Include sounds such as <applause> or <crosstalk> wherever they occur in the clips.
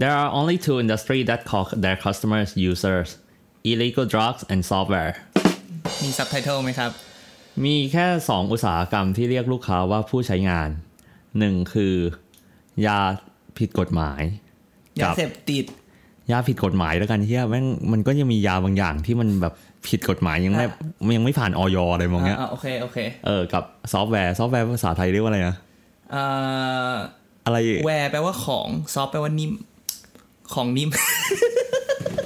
There are only two industries that call their customers users illegal drugs and software มีซับไตเติลไหมครับ มีแค่สองอุตสาหกรรมที่เรียกลูกค้าว่าผู้ใช้งานหนึ่งคือ ยาผิดกฎหมาย ยาเสพติด ยาผิดกฎหมายแล้วกันเฮียแม่งมันก็ยังมียาบางอย่างที่มันแบบผิดกฎหมายยังไม่ อ่ ยังไม่ผ่านออยอะไรมองเงี้ย อ่าโอเคโอเค เออกับซอฟต์แวร์ซอฟต์แวร์ภาษาไทยเรียกว่าอะไรนะ อ่า อะไร แวร์แปลว่าของซอฟต์แปลว่านิ่ม ของนิ่ม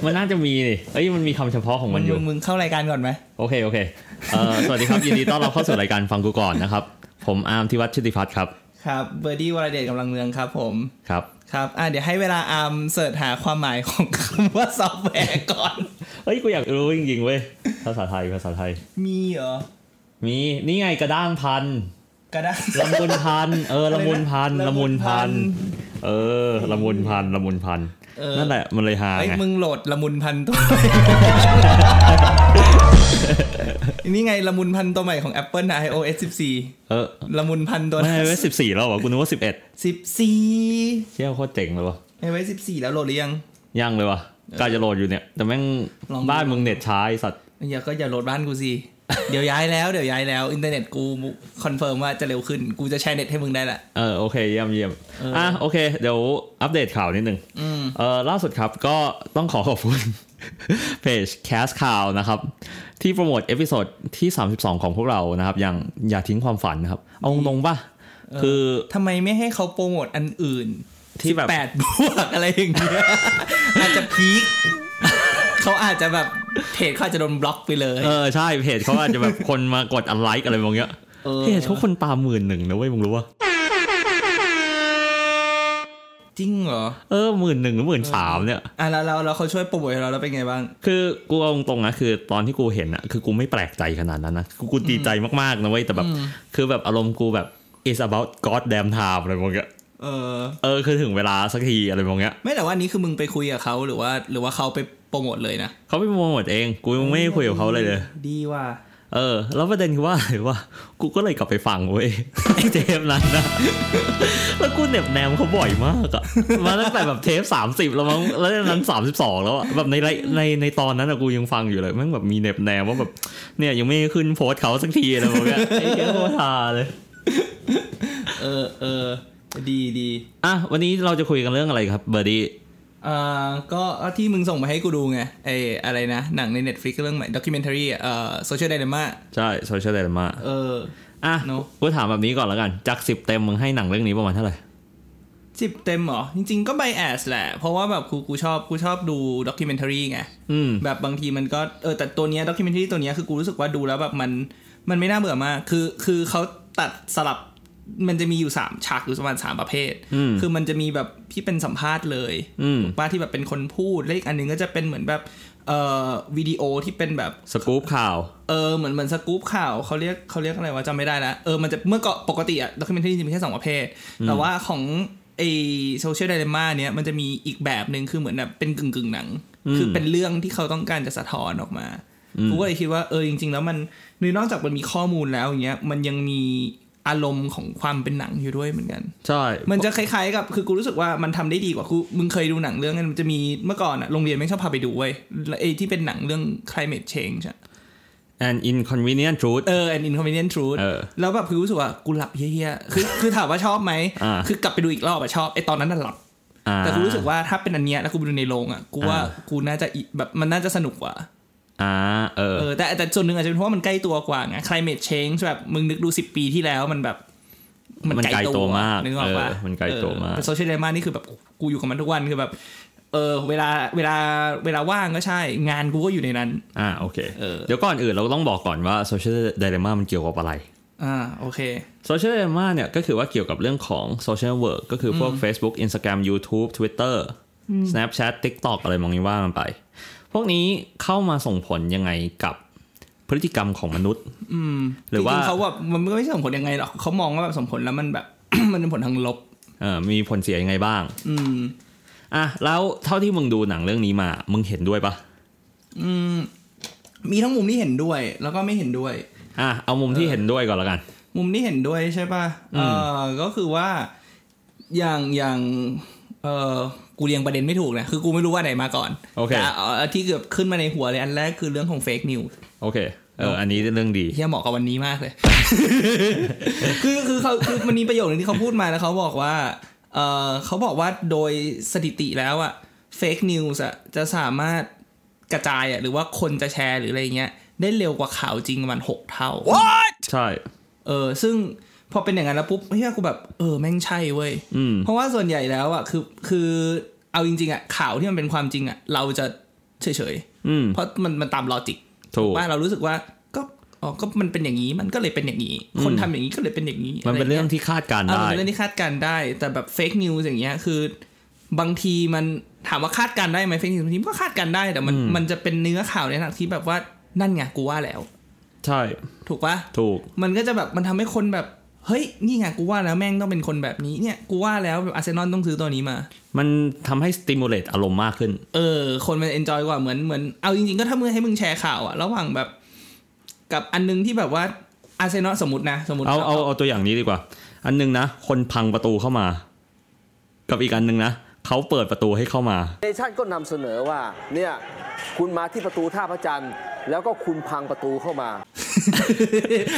มันน่าจะมีนี่เอ้ยมันมีคำเฉพาะของ มึ มัน ง อยู่ มึงเข้ารายการก่อนไหม โอเค โอเคเอ่อสวัสดีครับ <laughs> ยินดีต้อนรับเข้าสู่รายการฟังกูก่อนนะครับ ผมอาร์มทิวัฒน์ชุติพัฒน์ครับ ครับเบอร์ดี้วรเดชกำลังเมืองครับผม ครับ ครับอ่ะเดี๋ยวให้เวลาอาร์มเสิร์ชหาความหมายของ <laughs> คำว่าซอฟต์แวร์ก่อน เอ้ยกูอยากรู้จริงๆเว้ยภาษาไทยภาษาไทย มีเหรอ มีนี่ไงกระด้างพัน ก็ได้ ละมุนพันเออ อะไรนะ ละมุนพันละมุนพัน ละมุนพั เออละมุนพันละมุนพัน เออ นั่นแหละมันเลยหา เฮ้ย ไง มึงโหลดละมุนพันตัว <laughs> นี่ไงละมุนพันตัวใหม่ของ Apple นะ iOS 14 เออ ละมุนพันตัว ไม่ใช่ว่าสิบสี่แล้วเหรอกูนึกว่าสิบเอ็ด สิบสี่ เชี่ยโคตรเจ๋งเลยวะ ไว้สิบสี่แล้วโหลดหรือยัง ย่างเลยวะกาจะโหลดอยู่เนี่ย แต่แม่ง ลองดู บ้านมึงเน็ตช้าไอ้สัตว์ อย่าก็อย่าโหลดบ้านกูสิ เดี๋ยวย้ายแล้วเดี๋ยวย้ายแล้วอินเทอร์เน็ตกูคอนเฟิร์มว่าจะเร็วขึ้น กูจะใช้เน็ตให้มึงได้ละ เออโอเคเยี่ยมเยี่ยม เอออ่ อ่ะโอเค เดี๋ยวอัปเดตข่าวนิดนึง อืม เออล่าสุดครับก็ต้องขอขอบคุณ <laughs> เพจ Cast ข่าวนะครับ ที่โปรโมทเอพิโซดที่ 32 ของพวกเรานะครับ อย่างอย่าทิ้งความฝันนะครับ เอาตรงๆป่ะ เออ คือ ทำไมไม่ให้เขาโปรโมทอันอื่น ที่แบบ แปดบวกอะไรอย่างเงี้ย อาจจะพีคเขาอาจจะแบบเพจเขาอาจจะโดนบล็อกไปเลย เออ ใช่เพจเขาอาจจะแบบ คนมากดอันไลค์อะไรบางอย่าง เออ เพจเขาคนตามหมื่นหนึ่งนะเว้ยมึงรู้ป่ะ จริงเหรอ เออหมื่นหนึ่งหรือหมื่นสามเนี่ย อ่ะแล้วเราเราเขาช่วยโปรโมทให้เราแล้วเป็นไงบ้าง คือกูเอาตรงๆนะคือตอนที่กูเห็นอะคือกูไม่แปลกใจขนาดนั้นนะกูกูดีใจมากๆนะเว้ยแต่แบบ คือแบบอารมณ์กูแบบ is about god damn time อะไรบางอย่าง เออ เออคือถึงเวลาสักทีอะไรบางอย่าง ไม่แต่ว่าอันนี้คือมึงไปคุยกับเขาหรือว่า หรือว่าเขาไปโปรโมทเลยนะ เขาไปโปรโมทเอง กูยังไม่ได้คุยกับเขาเลยเลย ดีว่ะ เออ แล้วประเด็นคือว่าอะไรว่า กูก็เลยกลับไปฟังเว้ย <laughs> ไอ้เทปนั้นนะ <laughs> แล้วกูเหน็บแนมเขาบ่อยมากอะมาตั้งแต่แบบเทปสามสิบแล้วมั้ง แล้วนั้นสามสิบสองแล้วอะแบบในไลฟ์ในในตอนนั้นอะกูยังฟังอยู่เลยแม่งแบบมีเหน็บแนมว่าแบบ เนี่ยยังไม่ได้ขึ้นโพสต์เขาสักทีเลยพวกเนี้ย <laughs> ไอ้เทปโคตรฮาเลย เออเออดีดี อ่ะวันนี้เราจะคุยกันเรื่องอะไรครับเบอร์ดี้ อ่าก็ที่มึงส่งมาให้กูดูไงไออะไรนะ หนังใน Netflix เรื่องใหม่ด็อกิเมนทารีเอ่อโซเชียลไดนามา ใช่โซเชียลเดลมา เออ อ่ะ เนอะ กูถามแบบนี้ก่อนแล้วกัน จากสิบเต็มมึงให้หนังเรื่องนี้ประมาณเท่าไหร่ สิบเต็มเหรอ จริง ๆ ก็ไบแอสแหละ เพราะว่าแบบกูกูชอบกูชอบดูด็อกิเมนทารีไง อืม แบบบางทีมันก็เออแต่ตัวเนี้ยด็อกิเมนทรีตัวเนี้ยคือกูรู้สึกว่าดูแล้วแบบมันมันไม่น่าเบื่อมาก คือคือเขาตัดสลับมันจะมีอยู่สามฉากอยู่ประมาณสามประเภท อืม คือมันจะมีแบบที่เป็นสัมภาษณ์เลย อืม ป้าที่แบบเป็นคนพูดและอีกอันหนึงก็จะเป็นเหมือนแบบเอ่อวิดีโอที่เป็นแบบ สกู๊ปข่าว เออเหมือนเหมือนสกู๊ปข่าวเขาเรียกเขาเรียกอะไรวะจำไม่ได้ละเออมันจะเมื่อก่อนปกติอะด็อกิเมนทรีจะมีแค่สองประเภท แต่ว่าของไอโซเชียลไดเรม่าเนี้ยมันจะมีอีกแบบหนึ่งคือเหมือนแบบเป็นกึ่งกึ่งๆหนัง คือเป็นเรื่องที่เขาต้องการจะสะท้อนออกมากูก็เลยคิดว่าเออจริง ๆ แล้วมันนนอกจากมันมีข้อมูลแล้วอย่างเงี้ยมันยังมีอารมณ์ของความเป็นหนังอยู่ด้วยเหมือนกัน ใช่ มันจะคล้ายๆกับคือกูรู้สึกว่ามันทำได้ดีกว่ากูมึงเคยดูหนังเรื่องนั้นมันจะมีเมื่อก่อนอะโรงเรียนไม่งชอบพาไปดูเว้ยไอที่เป็นหนังเรื่อง climate change อะ an inconvenient truth เออ an inconvenient truth เออ แล้วแบบคือรู้สึกว่ากูหลับเฮี้ยๆ คือคือถามว่าชอบไหม อ่า คือกลับไปดูอีกรอบอะชอบไอตอนนั้นน่ะหลับ อ่า แต่กูรู้สึกว่าถ้าเป็นอันเนี้ยแล้วกูไปดูในโรงอะกูว่า อ่า กูน่าจะอิแบบมันน่าจะสนุกกว่า อ่า เออ เออแต่แต่ส่วนหนึ่งอาจจะเป็นเพราะว่ามันใกล้ตัวกว่าไง climate change แบบมึงนึกดูสิปีที่แล้วมันแบบ มันไกลตัวมาก นึกออกปะ เออมันไกลตัวมาก โซเชียลไดมานี่คือแบบกูอยู่กับมันทุกวันคือแบบเออเวลาเวลาเวลาว่างก็ใช่ งานกูก็อยู่ในนั้น อ่า โอเค เออ เดี๋ยวก่อนอื่นเราต้องบอกก่อนว่า social dilemma มันเกี่ยวกับอะไร อ่าโอเค social dilemma เนี่ยก็คือว่าเกี่ยวกับเรื่องของ social work ก็คือพวก Facebook Instagram YouTube Twitter Snapchat TikTok อะไรมองนี้ว่ามันไป พวกนี้เข้ามาส่งผลยังไงกับพฤติกรรมของมนุษย์ หรือว่า จงๆเขาแบบมันไม่ส่งผลยังไงหรอกเขามองว่าแบบส่งผลแล้วมันแบบ <coughs> มันเป็นผลทางลบ เออมีผลเสียยังไงบ้าง อืม อ่ะ แล้วเท่าที่มึงดูหนังเรื่องนี้มา มึงเห็นด้วยปะ มีทั้งมุมที่เห็นด้วย แล้วก็ไม่เห็นด้วย อ่ะ เอามุมที่เห็นด้วยก่อนละกัน มุมที่เห็นด้วยใช่ป่ะเออก็คือว่าอย่างอย่าง เออกูเรียงประเด็นไม่ถูกนะ คือกูไม่รู้ว่าไหนมาก่อน โอเค แต่าที่เกือบขึ้นมาในหัวเลยอันแรกคือเรื่องของเฟกนิว โอเค เออ อันนี้เรื่องดี เฮียเหมาะกับวันนี้มากเลย <laughs> คือคือเขาคือมันมีประโยคนึงที่เขาพูดมาแล้วเขาบอกว่า เออเขาบอกว่าโดยสถิติแล้วอะเฟกนิวส์อะจะสามารถกระจายอะหรือว่าคนจะแชร์หรืออะไรเงี้ย ได้เร็วกว่าข่าวจริงประมาณหกเท่า ใช่ เออ ซึ่งพอเป็นอย่างนั้นแล้วปุ๊บเฮียกูแบบ เออ แม่งใช่เว้ย อืม เพราะว่าส่วนใหญ่แล้วอะคือคือเอาจริงๆอะข่าวที่มันเป็นความจริงอะเราจะเฉย อืม ๆเพราะมันมันตามลอจิก ถูก ว่าเรารู้สึกว่าก็อ๋อก็มันเป็นอย่างนี้มันก็เลยเป็นอย่างนี้ คนทำอย่างนี้ก็เลยเป็นอย่างนี้ มันเป็นเรื่อง ะไ ที่คาดการณ์ เงี้ยเออมั ได้ นเป็นเรื่องที่คาดการณ์ได้ แต่แบบเฟกนิวส์อย่างเงี้ยคือบางทีมันถามว่าคาดการณ์ได้ไหมเฟกนิวส์บางทีมันก็คาดการณ์ได้แต่มัน อืม มันจะเป็นเนื้อข่าวในทางที่แบบว่านั่นไงกูว่าแล้ว ใช่ ถูกปะ ถูก มันก็จะแบบมันทำให้คนแบบเฮ้ยนี่ไงกูว่าแล้วแม่งต้องเป็นคนแบบนี้เนี่ยกูว่าแล้วแบบอาร์เซนอลต้องซื้อตัวนี้มา มันทำให้สติมูลเลตอารมณ์มากขึ้น เออ คนมันเอนจอยกว่าเหมือนเหมือนเอาจริงๆก็ถ้ามือให้มึงแชร์ข่าวอะระหว่างแบบ กับอันนึงที่แบบว่าอาร์เซนอลสมมตินะ สมมติ เอาเอาเอาตัวอย่างนี้ดีกว่า อันหนึงนะ คนพังประตูเข้ามา กับอีกอันหนึงนะ เขาเปิดประตูให้เข้ามา เนชั่นก็นำเสนอว่าเนี่ยคุณมาที่ประตูท่าพระจันทร์แล้วก็คุณพังประตูเข้ามา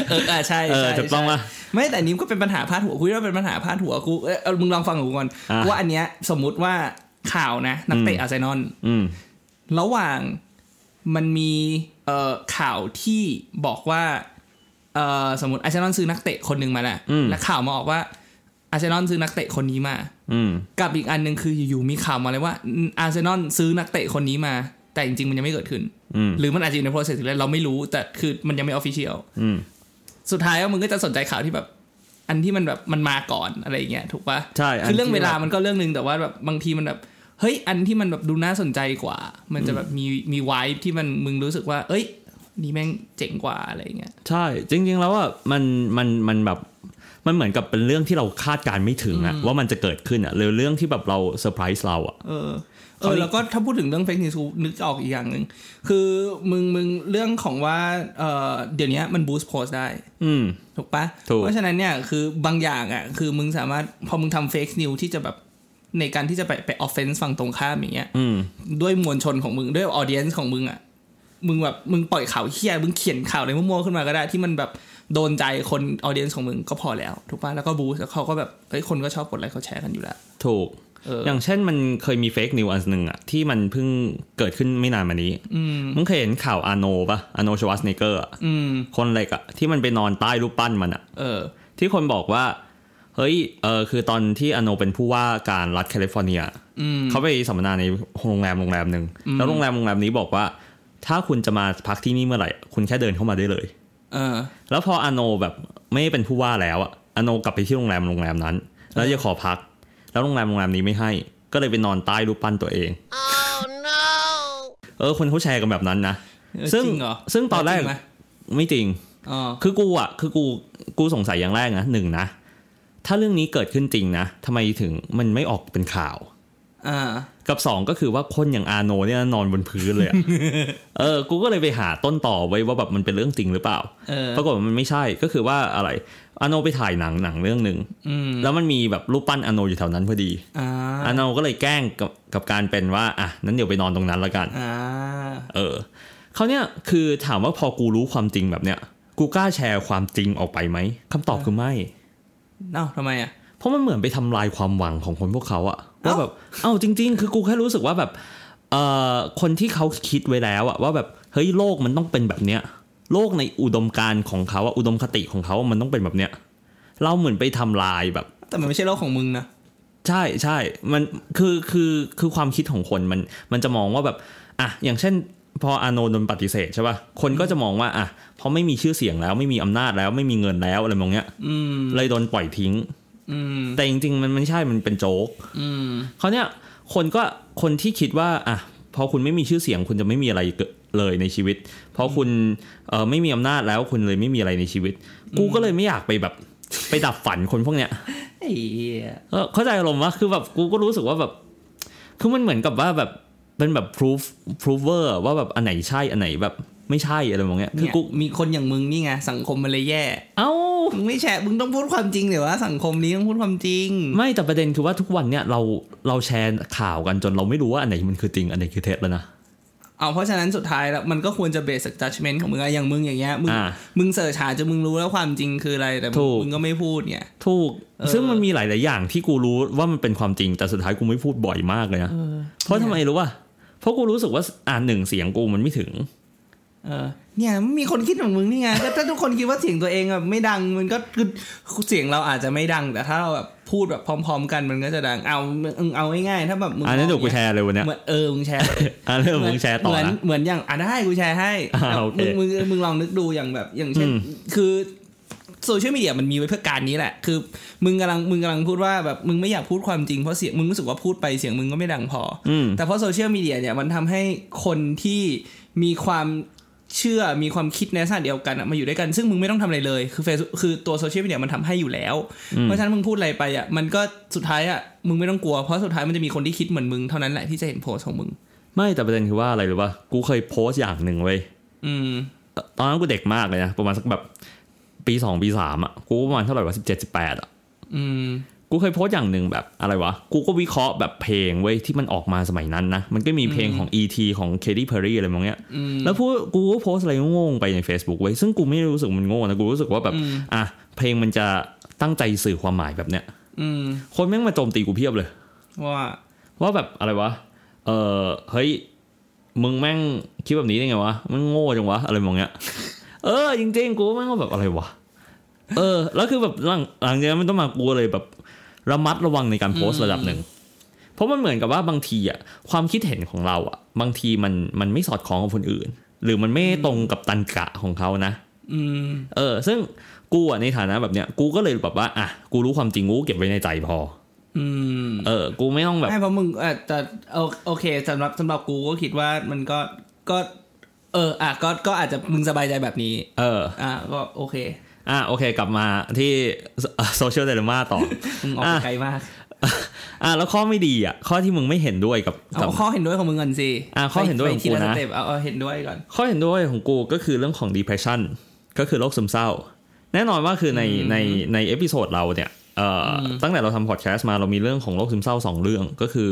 เอออ่ะใช่ เออ ใช่ ถูกต้อง ใช่ ปะ ไม่แต่อันนี้มันก็เป็นปัญหาพาดหัวคุยว่าเป็นปัญหาพาดหัวกูเออเอามึงลองฟังกูก่อน อ่ะ ว่าอันเนี้ยสมมติว่าข่าวนะนักเตะอาร์เซนอล อืม ระหว่างมันมีเอ่อข่าวที่บอกว่าเอ่อสมมติอาร์เซนอลซื้อนักเตะคนหนึ่งมาแหละ อืม และข่าวมาออกว่าอาร์เซนอลซื้อนักเตะคนนี้มา อืม กับอีกอันหนึ่งคืออยู่ๆมีข่าวมาเลยว่าอาร์เซนอลซื้อนักเตะคนนี้มา แต่จริงๆมันยังไม่เกิดขึ้น อืม หรือมันอาจจะอยู่ใน process อยู่แล้วเราไม่รู้แต่คือมันยังไม่ official อืม สุดท้ายแล้วมึงก็จะสนใจข่าวที่แบบ อันที่มันแบบมันมาก่อนอะไรอย่างเงี้ยถูกปะ ใช่อันที่ คือเรื่องเวลามันก็เรื่องหนึ่งแต่ว่าแบบบางทีมันแบบเฮ้ยอันที่มันแบบดูน่าสนใจกว่า มันจะแบบมีมีวายที่มันมึงรู้สึกว่า เอ้ย นี่แม่งเจ๋งกว่าอะไรอย่างเงี้ย ใช่ จริง ๆ แล้วอ่ะมันมันมันแบบมันเหมือนกับเป็นเรื่องที่เราคาดการณ์ไม่ถึงอะว่ามันจะเกิดขึ้นอะหรือเรื่องที่แบบเราเซอร์ไพรส์เราอะ เออเออแล้วก็ถ้าพูดถึงเรื่องเฟกนิวส์นึกออกอีกอย่างหนึ่งคือมึงมึงเรื่องของว่าเออเดี๋ยวนี้มันบูสต์โพสได้ อืม ถูกปะ ถูก เพราะฉะนั้นเนี่ยคือบางอย่างอ่ะคือมึงสามารถพอมึงทำเฟกนิวที่จะแบบในการที่จะไปไปออฟเฟนส์ฝั่งตรงข้ามอย่างเงี้ย อืม ด้วยมวลชนของมึงด้วยออเดียนซ์ของมึงอ่ะมึงแบบมึงปล่อยข่าวเฮี้ยมึงเขียนข่าวอะไรมั่วๆขึ้นมาก็ได้ที่มันแบบโดนใจคนออเดียนซ์ของมึงก็พอแล้ว ถูกปะแล้วก็บูสต์แล้วเขาก็แบบเอ้ยคนก็ชอบกดไลค์เขาแชร์กันอยู่แล้ว ถูก เออ อ อย่าง เช่นมันเคยมีเฟกนิวอันหนึ่งอะที่มันเพิ่งเกิดขึ้นไม่นานมานี้มึงเคยเห็นข่าวอาโนปะอาโนชวัสเนเกอร์อะ อืม คนเหล็กอะที่มันไปนอนใต้รูปปั้นมันอะ เออ ที่คนบอกว่า เฮ้ยเออคือตอนที่อาโนเป็นผู้ว่าการรัฐแคลิฟอร์เนีย อืม เขาไปสัมมนาในโรงแรมโรงแรมหนึ่งแล้วโรงแรมโรงแรมนี้บอกว่า ถ้าคุณจะมาพักที่นี่เมื่อไหร่ คุณแค่เดินเข้ามาได้เลย เออ แล้วพออาโนแบบไม่ได้เป็นผู้ว่าแล้วอะอาโนกลับไปที่โรงแรมโรงแรมนั้น แล้วจะขอพัก แล้วโรงแรมโรงแรมนี้ไม่ให้ ก็เลยไปนอนใต้รูปปั้นตัวเอง Oh no! เออคนเขาแชร์กันแบบนั้นนะ เออ ซึ่ง จริงเหรอ ซึ่งตอนแรก จริงไหม ไม่จริง อ๋อ คือกูอะคือกูกูสงสัยอย่างแรกนะหนึ่งนะ ถ้าเรื่องนี้เกิดขึ้นจริงนะทำไมถึงมันไม่ออกเป็นข่าว อ่า กับสองก็คือว่าคนอย่างอาโนเนี่ยนอนบนพื้นเลย <laughs> อะ เออ กูก็เลยไปหาต้นต่อไว้ว่าแบบมันเป็นเรื่องจริงหรือเปล่า เออ ปรากฏว่ามันไม่ใช่ ก็คือว่าอะไร อาโนไปถ่ายหนังหนังเรื่องหนึ่ง อืม แล้วมันมีแบบรูปปั้นอาโนอยู่แถวนั้นพอดี อ่า อาโนก็เลยแกล้งกับกับการเป็นว่า อ่ะ นั้นเดี๋ยวไปนอนตรงนั้นละกัน อ่า เออเขาวเนี่ยคือถามว่าพอกูรู้ความจริงแบบเนี้ย กูกล้าแชร์ความจริงออกไปไหมคำตอบคือไม่ เอ้าทำไมอ่ะ เพราะมันเหมือนไปทำลายความหวังของคนพวกเขาอะ เอ้า ว่าแบบ เอ้าจริง ๆ คือกูแค่รู้สึกว่าแบบเอ่อคนที่เขาคิดไว้แล้วอะว่าแบบเฮ้ยโลกมันต้องเป็นแบบเนี้ย โลกในอุดมการณ์ของเขาอะอุดมคติของเขามันต้องเป็นแบบเนี้ย เราเหมือนไปทำลายแบบ แต่มันไม่ใช่โลกของมึงนะ ใช่ใช่มันคือคือคือความคิดของคนมันมันจะมองว่าแบบอ่ะอย่างเช่น พออาโนโดนปฏิเสธใช่ป่ะคนก็จะมองว่าอ่ะเพราะไม่มีชื่อเสียงแล้วไม่มีอำนาจแล้วไม่มีเงินแล้วอะไรมองเนี้ย อืม เลยโดนปล่อยทิ้ง อืม แต่จริงๆมันไม่ใช่มันเป็นโจ๊ก อืม เขาวเนี้ยคนก็คนที่คิดว่าอ่ะพอคุณไม่มีชื่อเสียง คุณจะไม่มีอะไรเกิดเลยในชีวิตพอคุณเอ่อไม่มีอำนาจแล้วคุณเลยไม่มีอะไรในชีวิต กูก็เลยไม่อยากไปแบบไปดับฝันคนพวกเนี้ย ไอ้เหี้ย เออเข้าใจอารมณ์ว่าคือแบบกูก็รู้สึกว่าแบบ คือมันเหมือนกับว่าแบบเป็นแบบ proof prover อะว่าแบบอันไหนใช่อันไหนแบบไม่ใช่อะไรแบบเนี้ย คื คือ อ กู กู มีคนอย่างมึงนี่ไง สังคมมันเลยแย่ เอ้า มึงไม่แฉะมึงต้องพูดความจริงเดี๋ยวว่าสังคมนี้ต้องพูดความจริง ไม่แต่ประเด็นคือว่าทุกวันเนี่ยเราเราแชร์ข่าวกันจนเราไม่รู้ว่าอันไหนมันคือจริงอันไหนคือเท็จแล้วนะ เอาเพราะฉะนั้นสุดท้ายแล้วมันก็ควรจะเบส i ั judgment ของมึงอะอย่างมึงอย่างเงี้ยมึง อ่า มึงเสิร์ชหาจนมึงรู้แล้วความจริงคืออะไรแต่มึง ถูก มึงก็ไม่พูดไง ถูก เออ ซึ่งมันมีหลาย ๆ อย่างที่กูรู้ว่ามันเป็นความจริง แต่สุดท้ายกูไม่พูดบ่อยมากเลยนะ เพราะทำไมรู้ป่ะ เพราะกูรู้สึกว่าอ่านหนึ่งเสียงกูมันไม่ถึง เออเนี่ยมีคนคิดของมึงนี่ไง <laughs> ก็ถ้าทุกคนคิดว่าเสียงตัวเองแบบไม่ดังมันก็คือเสียงเราอาจจะไม่ดัง แต่ถ้าเราแบบพูดแบบพร้อม ๆ กันมันก็จะดังเอามึงเอาง่ายๆถ้าแบบมึง อันนี้นเดี๋ยวกูแช ร์ ร์เลยวันเนี้ย เหมือนเออมึงแชร์ อันนี้นเดี๋ยวมึงแชร์ต่อ เหมืน นะ เหมือนอย่างอ่ะได้กูแชร์ให้ อ่าโอเค มึงมึงมึงลองนึกดูอย่างแบบอย่างเช่น อืม คือโซเชียลมีเดียมันมีไว้เพื่อการนี้แหละ คือมึงกำลังมึงกำลังพูดว่าแบบมึงไม่อยากพูดความจริงเพราะเสียงมึงรู้สึกว่าพูดไปเสียงมึงก็ไม่ดังพอ อืม แต่เพราะโซเชียลมีเดียเนี่ยมันทำให้คนที่มีความเชื่อมีความคิดในลักษณะเดียวกันอะมาอยู่ด้วยกัน ซึ่งมึงไม่ต้องทำอะไรเลยคือเฟซคือตัวโซเชียลมีเดียมันทำให้อยู่แล้ว เพราะฉะนั้นมึงพูดอะไรไปอ่ะมันก็สุดท้ายอ่ะมึงไม่ต้องกลัวเพราะสุดท้ายมันจะมีคนที่คิดเหมือนมึงเท่านั้นแหละที่จะเห็นโพสต์ของมึง ไม่แต่ประเด็นคือว่าอะไรรู้ป่ะ กูเคยโพสต์อย่างหนึ่งเว้ย อืม ตอนนั้นกูเด็กมากเลยนะ ประมาณสักแบบปีสองปีสามอ่ะ กูประมาณเท่าไหร่วะสิบเจ็ดสิบแปดอ่ะ อืม กูเคยโพสต์อย่างหนึ่งแบบอะไรวะ กูก็วิเคราะห์แบบเพลงเว้ยที่มันออกมาสมัยนั้นนะ มันก็มีเพลงของ E.T. ของ Katy Perry อะไรมองเนี้ย แล้วพูดกูก็โพสต์อะไรโง่ๆไปใน Facebook เว้ย ซึ่งกูไม่ได้รู้สึกมันโง่นะ กูรู้สึกว่าแบบ อืม อ่ะ เพลงมันจะตั้งใจสื่อความหมายแบบเนี้ย อืม คนแม่งมาโจมตีกูเพียบเลย ว่า ว่าแบบอะไรวะ เออเฮ้ย มึงแม่งคิดแบบนี้ได้ไงวะ มึงโง่จังวะ อะไรมองเนี้ย <laughs> เออ จริงๆ กูแม่งก็แบบอะไรวะ เออ แล้วคือแบบหลังหลังจากนั้นมันต้องมากูเลยแบบ ระมัดระวังในการโพสต์ระดับหนึ่ง เพราะมันเหมือนกับว่าบางทีอะความคิดเห็นของเราอะบางทีมันมันไม่สอดคล้องกับคนอื่น หรือมันไม่ตรงกับตันกะของเขานะ อืม เออ ซึ่งกูอะในฐานะแบบเนี้ย กูก็เลยแบบว่า อ่ะ กูรู้ความจริงกูก็เก็บไว้ในใจพอ อืม เออ กูไม่ต้องแบบ ไม่เพราะมึงเออแต่โอโอเคสำหรับสำหรับกูก็คิดว่ามันก็ก็เอออ่ะก็ก็อาจจะมึงสบายใจแบบนี้ เออ อ่ะก็โอเค อ่ะโอเค กลับมาที่ <laughs> โซเชียลเดลม่าต่อ <laughs> มึงออกไปไกลมาก อ่ะแล้วข้อไม่ดีอ่ะ ข้อที่มึงไม่เห็นด้วยกับ เอา กับ ข้อเห็นด้วยของมึงก่อนสิ อ่ะข้อเห็นด้วยของกูนะ ไปทีลสเต็ปเอาเอาเห็นด้วยก่อน ข้อเห็นด้วยของกูก็คือเรื่องของ depression ก็คือโรคซึมเศร้า แน่นอนว่าคือใน อืม ในในเอพิโซดเราเนี่ยเอ่ออ ม ตั้งแต่เราทำพอดแคสต์มาเรามีเรื่องของโรคซึมเศร้า 2 เรื่องก็คือ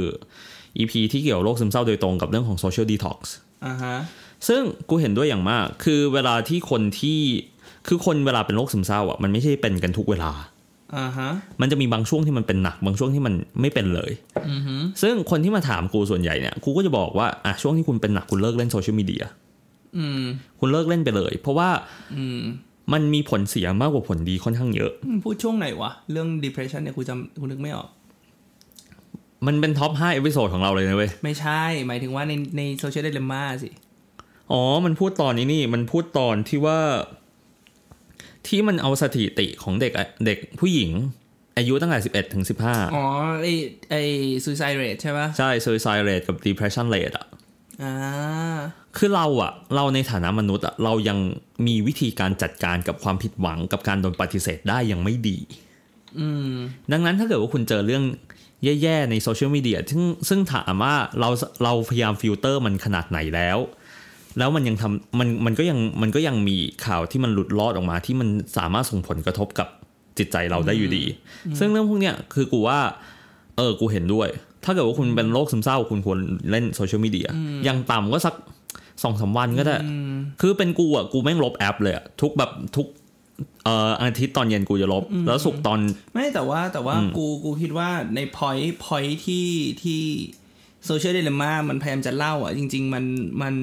EP ที่เกี่ยวโรคซึมเศร้าโดยตรงกับเรื่องของ social detox อ่าฮะ ซึ่งกูเห็นด้วยอย่างมาก คือเวลาที่คนที่คือคนเวลาเป็นโรคซึมเศร้าอ่ะมันไม่ใช่เป็นกันทุกเวลา อ่าฮะ มันจะมีบางช่วงที่มันเป็นหนัก บางช่วงที่มันไม่เป็นเลย อือฮึ ซึ่งคนที่มาถามกูส่วนใหญ่เนี่ยกูก็จะบอกว่าอ่ะช่วงที่คุณเป็นหนักคุณเลิกเล่นโซเชียลมีเดีย อืม คุณเลิกเล่นไปเลย เพราะว่า อืม มันมีผลเสียมากกว่าผลดีค่อนข้างเยอะ มึงพูดช่วงไหนวะ เรื่อง depression เนี่ยกูจำกูนึกไม่ออก มันเป็นท็อป 5 เอพิโซดของเราเลยนะเว้ย ไม่ใช่ หมายถึงว่าในในโซเชียล i l e m ม่าสิ อ๋อ มันพูดตอนนี้นี่มันพูดตอนที่ว่า ที่มันเอาสถิติของเด็กอะเด็กผู้หญิง อายุตั้งแต่ 11ถึง อ๋อ ไอไอ suicide rate ใช่ปะ 15 ใช่ suicide rate กับ depression rate อะ อ่า คือเราอะเราในฐานะมนุษย์อะเรายังมีวิธีการจัดการกับความผิดหวังกับการโดนปฏิเสธได้ยังไม่ดี อืม ดังนั้นถ้าเกิดว่าคุณเจอเรื่องแย่ๆในโซเชียลมีเดียซึ่งซึ่งถามว่าเราเราพยายามฟิลเตอร์มันขนาดไหนแล้ว แล้วมันยังทำมันมันก็ยังมันก็ยังมีข่าวที่มันหลุดลอดออกมา ที่มันสามารถส่งผลกระทบกับจิตใจเราได้อยู่ดี ซึ่งเรื่องพวกเนี้ยคือกูว่า เออกูเห็นด้วย ถ้าเกิดว่าคุณเป็นโรคซึมเศร้า คุณควรเล่นโซเชียลมีเดียอย่างต่ำก็สักสองสามวันก็ได้ คือเป็นกูอ่ะ กูแม่งลบแอปเลยอะทุกแบบทุกเอ่ออาทิตย์ตอนเย็นกูจะลบ แล้วสุกร์ตอน ไม่แต่ว่าแต่ว่า อืม กูกูคิดว่าใน point point ที่ที่โซเชียลเดลม่ามันพยายามจะเล่าอ่ะจริง ๆ มันมัน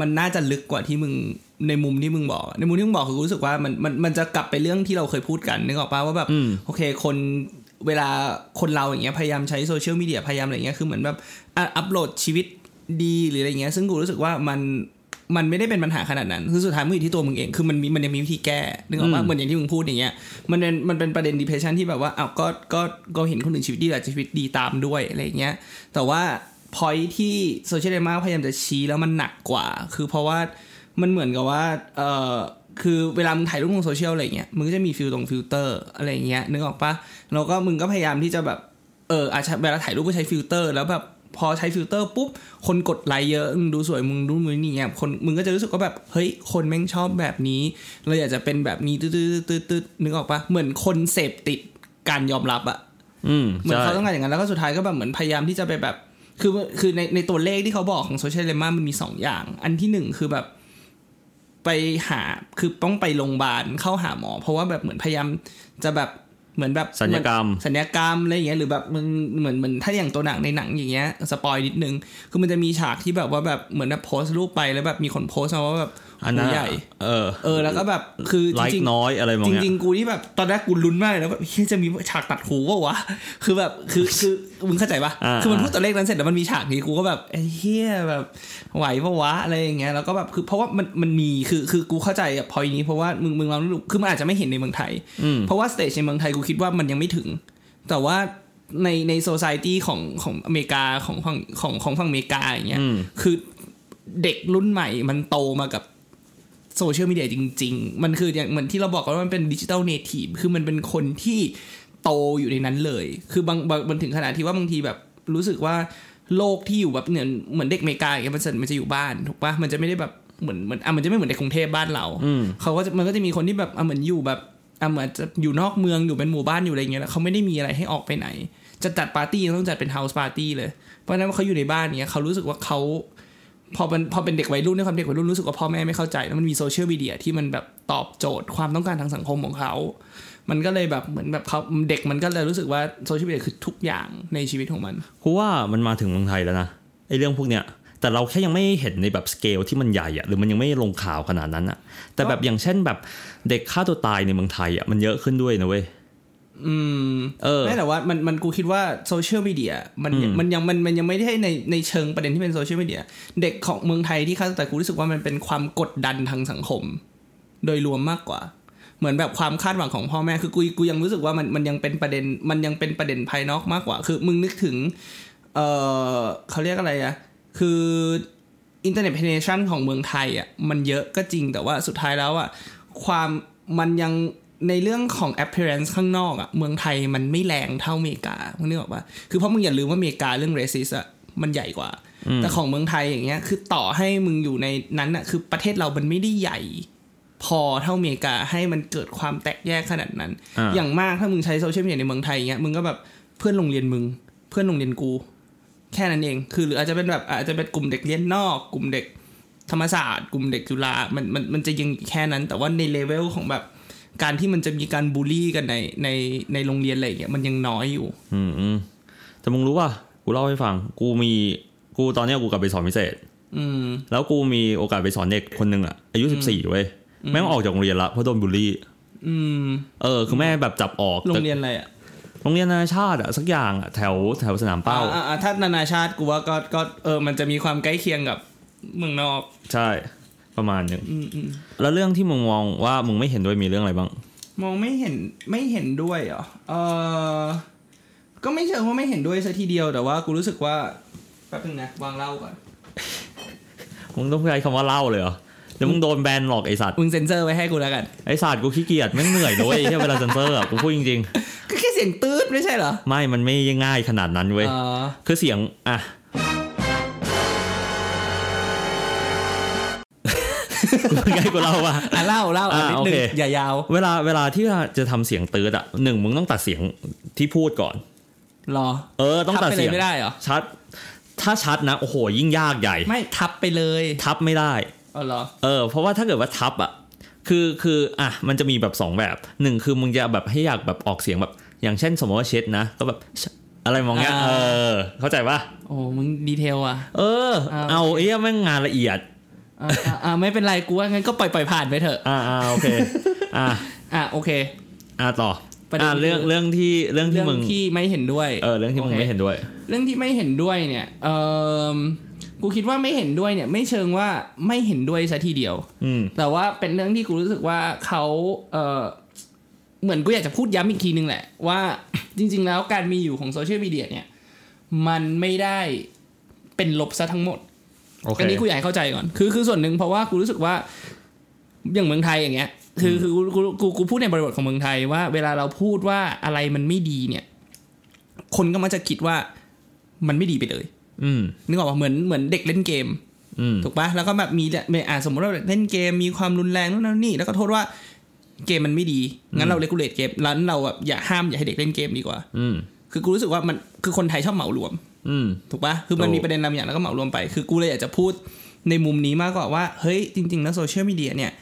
มันน่าจะลึกกว่าที่มึงในมุมที่มึงบอกในมุมที่มึงบอกคือรู้สึกว่ามันมันมันจะกลับไปเรื่องที่เราเคยพูดกันนึกออกปะว่าแบบ อืม โอเค คนเวลาคนเราอย่างเงี้ยพยายามใช้โซเชียลมีเดียพยายามอะไรเงี้ยคือเหมือนแบบอ่ะอัปโหลดชีวิตดีหรืออะไรเงี้ย ซึ่งกูรู้สึกว่ามันมันไม่ได้เป็นปัญหาขนาดนั้น คือสุดท้ายมันอยู่ที่ตัวมึงเองคือมันมีมันยังมีวิธีแก้นึกออก อื ว่าม เหมือนอย่างที่มึงพูดอย่างเงี้ยมันเป็นมันเป็นประเด็น depression ที่แบบว่าอ้าวก็ก็ก็เห็นคนอื่นชีวิตดีแต่ชีวิตดีตามด้วยอะไรเงี้ยแต่ว่า point ที่โซเชียลเดมาพยายามจะชี้แล้วมันหนักกว่า คือเพราะว่ามันเหมือนกับว่าเออ คือเวลามึงถ่ายรูปลงโซเชียลอะไรเงี้ย มึงก็จะมีฟิลตรงฟิลเตอร์อะไรเงี้ยนึกออกปะแล้วก็มึงก็พยายามที่จะแบบ เอออาจจะเวลาถ่ายรูปก็ใช้ฟิลเตอร์ แล้วแบบ พอใช้ฟิลเตอร์ปุ๊บ คนกดไลค์เยอะอืมดูสวยมึงดูมือนี่เนี่ยคนมึงก็จะรู้สึกว่าแบบเฮ้ยคนแม่งชอบแบบนี้เราอยากจะเป็นแบบนี้ตืดตืดตืดตืดนึกออกปะเหมือนคนเสพติดการยอมรับอะ อืม เหมือน ใช่ เขาต้องการอย่างนั้นแล้วก็สุดท้ายก็แบบเหมือนพยายามที่จะไปแบบ คือคือในในตัวเลขที่เขาบอกของโซเชียลเลม่ามันมีสองอย่าง อันที่หนึ่งคือแบบ ไปหาคือต้องไปโรงพยาบาลเข้าหาหมอ เพราะว่าแบบเหมือนพยายามจะแบบเหมือนแบบ สัญญกรรม สัญญกรรมอะไรอย่างเงี้ยหรือแบบมันเหมือนเหมือนถ้าอย่างตัวหนังในหนังอย่างเงี้ยสปอยนิดนึง คือมันจะมีฉากที่แบบว่าแบบเหมือนแบบโพสต์รูปไปแล้วแบบมีคนโพสต์มาว่าแบบ อันนั้น หูใหญ่ เออ เออแล้วก็แบบคือ ไล จริง ค์ ๆ น้อยอะไรมอง จ เงี้ย ริงๆ กูนี่แบบตอนแรกกูลุ้นมากเลยนะแบบเฮ้ยจะมีฉากตัดหูเปล่าวะ คือแบบคือคือมึงเข้าใจปะ อ่า คือมันพูดตัวเลขนั้นเสร็จแล้วมันมีฉากนี้กูก็แบบไอ้เฮียแบบไหวปะวะอะไรอย่างเงี้ยแล้วก็แบบคือเพราะว่ามันมันมีคือคือกูเข้าใจพอยนี้เพราะว่ามึงมึงเรารู้คือมันอาจจะไม่เห็นในเมืองไทย อืม เพราะว่าสเตจในเมืองไทยกูคิดว่ามันยังไม่ถึง แต่ว่าในในโซซ i ตี้ของของอเมริกาของฝั่งของของฝั่งอเมริกาอย่างเงี้ย อืม คือเด็กรุ่นใหม่มันโตมากับโซเชียลมีเดียจริง ๆ มันคืออย่างเหมือนที่เราบอกกันว่ามันเป็นดิจิตอลเนทีฟคือมันเป็นคนที่โตอยู่ในนั้นเลย คือบางบางมันถึงขนาดที่ว่าบางทีแบบรู้สึกว่าโลกที่อยู่แบบเหมือนเหมือนเด็กอเมริกาอย่างเงี้ยมันจะมันจะอยู่บ้านถูกปะมันจะไม่ได้แบบเหมือนเหมือนอ่ะมันจะไม่เหมือนในกรุงเทพบ้านเรา อืม เขาก็จะมันก็จะมีคนที่แบบอ่ะเหมือนอยู่แบบอ่ะเหมือนจะอยู่นอกเมืองอยู่เป็นหมู่บ้านอยู่อะไรอย่างเงี้ยแล้วเขาไม่ได้มีอะไรให้ออกไปไหน จะจัดปาร์ตี้ยังต้องจัดเป็นเฮาส์ปาร์ตี้เลย เพราะฉะนั้นเขาอยู่ในบ้านเนี้ยเขารู้สึกว่าเขาพอเป็นพอเป็นเด็กวัยรุ่นด้วยความเด็กวัยรุ่นรู้สึกว่าพ่อแม่ไม่เข้าใจแล้วมันมีโซเชียลมีเดียที่มันแบบตอบโจทย์ความต้องการทางสังคมของเขา มันก็เลยแบบเหมือนแบบเขาเด็กมันก็เลยรู้สึกว่าโซเชียลมีเดียคือทุกอย่างในชีวิตของมัน กูว่ามันมาถึงเมืองไทยแล้วนะไอเรื่องพวกเนี้ยแต่เราแค่ยังไม่เห็นในแบบสเกลที่มันใหญ่อะหรือมันยังไม่ลงข่าวขนาดนั้นอะแต่แบบอย่างเช่นแบบเด็กฆ่าตัวตายในเมืองไทยอะมันเยอะขึ้นด้วยนะเว้ย อืม เออ ไม่แต่ว่ามันมันกูคิดว่าโซเชียลมีเดียมัน อืม มันยังมันมันยังไม่ได้ในในเชิงประเด็นที่เป็นโซเชียลมีเดียเด็กของเมืองไทยที่เขาแต่กูรู้สึกว่ามันเป็นความกดดันทางสังคม โดยรวมมากกว่า เหมือนแบบความคาดหวังของพ่อแม่คือกูกูยังรู้สึกว่ามันมันยังเป็นประเด็นมันยังเป็นประเด็นภายนอกมากกว่า คือมึงนึกถึง เออเขาเรียกอะไรอะคืออินเทอร์เน็ตเพเนชันของเมืองไทยอะมันเยอะก็จริงแต่ว่าสุดท้ายแล้วอะความมันยังในเรื่องของ appearance ข้างนอกอะเมืองไทยมันไม่แรงเท่าอเมริกามึงนึกออกปะคือเพราะมึงอย่าลืมว่าอเมริกาเรื่อง racist อะมันใหญ่กว่า แต่ของเมืองไทยอย่างเงี้ยคือต่อให้มึงอยู่ในนั้นอะคือประเทศเรามันไม่ได้ใหญ่ พอเท่าอเมริกาให้มันเกิดความแตกแยกขนาดนั้น อ่า อย่างมากถ้ามึงใช้โซเชียลมีเดียในเมืองไทยอย่างเงี้ยมึงก็แบบเพื่อนโรงเรียนมึง เพื่อนโรงเรียนกู แค่นั้นเอง คือหรืออาจจะเป็นแบบอาจจะเป็นกลุ่มเด็กเรียนนอก กลุ่มเด็กธรรมศาสตร์ กลุ่มเด็กจุฬา มันมันมันจะยังแค่นั้น แต่ว่าในเลเวลของแบบการที่มันจะมีการบูลลี่กันในในในโรงเรียนอะไรอย่างเงี้ยมันยังน้อยอยู่ อืมอืมแต่มึงรู้ป่ะกูเล่าให้ฟัง กูมีกูตอนเนี้ยกูกลับไปสอนพิเศษ อืม แล้วกูมีโอกาสไปสอนเด็กคนหนึ่งอะอายุสิบสี่เว้ยแม่งออกจากโรงเรียนละเพราะโดนบูลลี่ อืม เออคือแม่แบบจับออก โรงเรียนอะไรอ่ะ โรงเรียนนานาชาติอะสักอย่างอะแถวแถวสนามเป้า อ่ะอ่ะถ้านานาชาติกูว่าก็ก็เออมันจะมีความใกล้เคียงกับเมืองนอก ใช่ประมาณหนึ่ง อืมอืม แล้วเรื่องที่มึงมองว่ามึงไม่เห็นด้วยมีเรื่องอะไรบ้าง มองไม่เห็นไม่เห็นด้วยเหรอเออก็ไม่เชิงว่าไม่เห็นด้วยซะทีเดียวแต่ว่ากูรู้สึกว่าแป๊บนึงนะวางเหล่าก่อน มึงต้องใช้คำว่าเล่าเลยเหรอเดี๋ยวมึงโดนแบนหรอกไอสัตว์ มึงเซ็นเซอร์ไว้ให้กูแล้วกัน ไอสัตว์กูขี้เกียจแม่งเหนื่อยนะเว้ย แค่เวลาเซนเซอร์อะกูพูดจริง ก็แค่เสียงตืดไม่ใช่เหรอ ๆ ไม่มันไม่ง่ายขนาดนั้นเว้ย อ๋อ คือเสียงอ่ะ กูใกล้กูเล่าว่า อ่ะเล่าเล่าอ่ะ อ่ะ นิด โอ นึ เค งอย่ายาว เวลาเวลาที่จะทำเสียงตืดอะหนึ่งมึงต้องตัดเสียงที่พูดก่อน รอ เออต้องตัด ทับไปเล เสี ย ยง ไม่ได้เหรอ ชัด ถ้าชัดนะโอ้โหยิ่งยากใหญ่ ไม่ทับไปเลย ทับไม่ได้ อ๋อเหรอ เออเพราะว่าถ้าเกิดว่าทับอ่ะคือคืออ่ะมันจะมีแบบสองแบบหนึ่งคือมึงจะแบบให้อยากแบบออกเสียงแบบ อย่างเช่นสมมติว่าเช็ดนะ ก็แบบชะอะไรมองเงี้ย อ่า เออ เข้าใจปะ โอ้มึงดีเทลอ่ะ เออ อ่า เอาเอ้ยแม่งงานละเอียด อ่ะอ่ะอ่ะไม่เป็นไรกูว่างั้นก็ปล่อยปล่อยผ่านไปเถอะ อ่าอ่าโอเค <laughs> อ่า อ่ะโอเค อ่าต่อ ประเด็น อ่าเรื่อง คือ เรื่องที่เรื่องที่ เรื่อง มึง ที่ไม่เห็นด้วย เออเรื่องที่มึง โค ไม่เห็นด้วย เรื่องที่ไม่เห็นด้วยเนี่ยเออกูคิดว่าไม่เห็นด้วยเนี่ย ไม่เชิงว่าไม่เห็นด้วยซะทีเดียว อืม แต่ว่าเป็นเรื่องที่กูรู้สึกว่าเขาเออเหมือนกูอยากจะพูดย้ำอีกทีนึงแหละ ว่า จริง ๆ แล้วการมีอยู่ของโซเชียลมีเดียเนี่ย มันไม่ได้เป็นลบซะทั้งหมด โอเค อันนี้กูอยากให้เข้าใจก่อน คือคือส่วนหนึ่งเพราะว่ากูรู้สึกว่าอย่างเมืองไทยอย่างเงี้ย คือคือกูกูกูกูพูดในบริบทของเมืองไทยว่า เวลาเราพูดว่าอะไรมันไม่ดีเนี่ย คนก็มักจะคิดว่ามันไม่ดีไปเลย อืม นึกออกป่ะเหมือนเหมือนเด็กเล่นเกม อืม ถูกปะแล้วก็แบบมีเนี่ยอ่าสมมติว่าเล่นเกมมีความรุนแรงนู่นนั่นนี่ แล้วก็โทษว่าเกมมันไม่ดี งั้นเราเลกูเลตเกมร้านเราแบบอย่าห้ามอย่าให้เด็กเล่นเกมดีกว่า อืม คือกูรู้สึกว่ามันคือคนไทยชอบเหมารวม อืม ถูกปะคือมัน ถูก มีประเด็นบางอย่างแล้วก็เหมารวมไป คือกูเลยอยากจะพูดในมุมนี้มากกว่าว่า เฮ้ย จริง ๆ แล้วโซเชียลมีเดียเนี่ย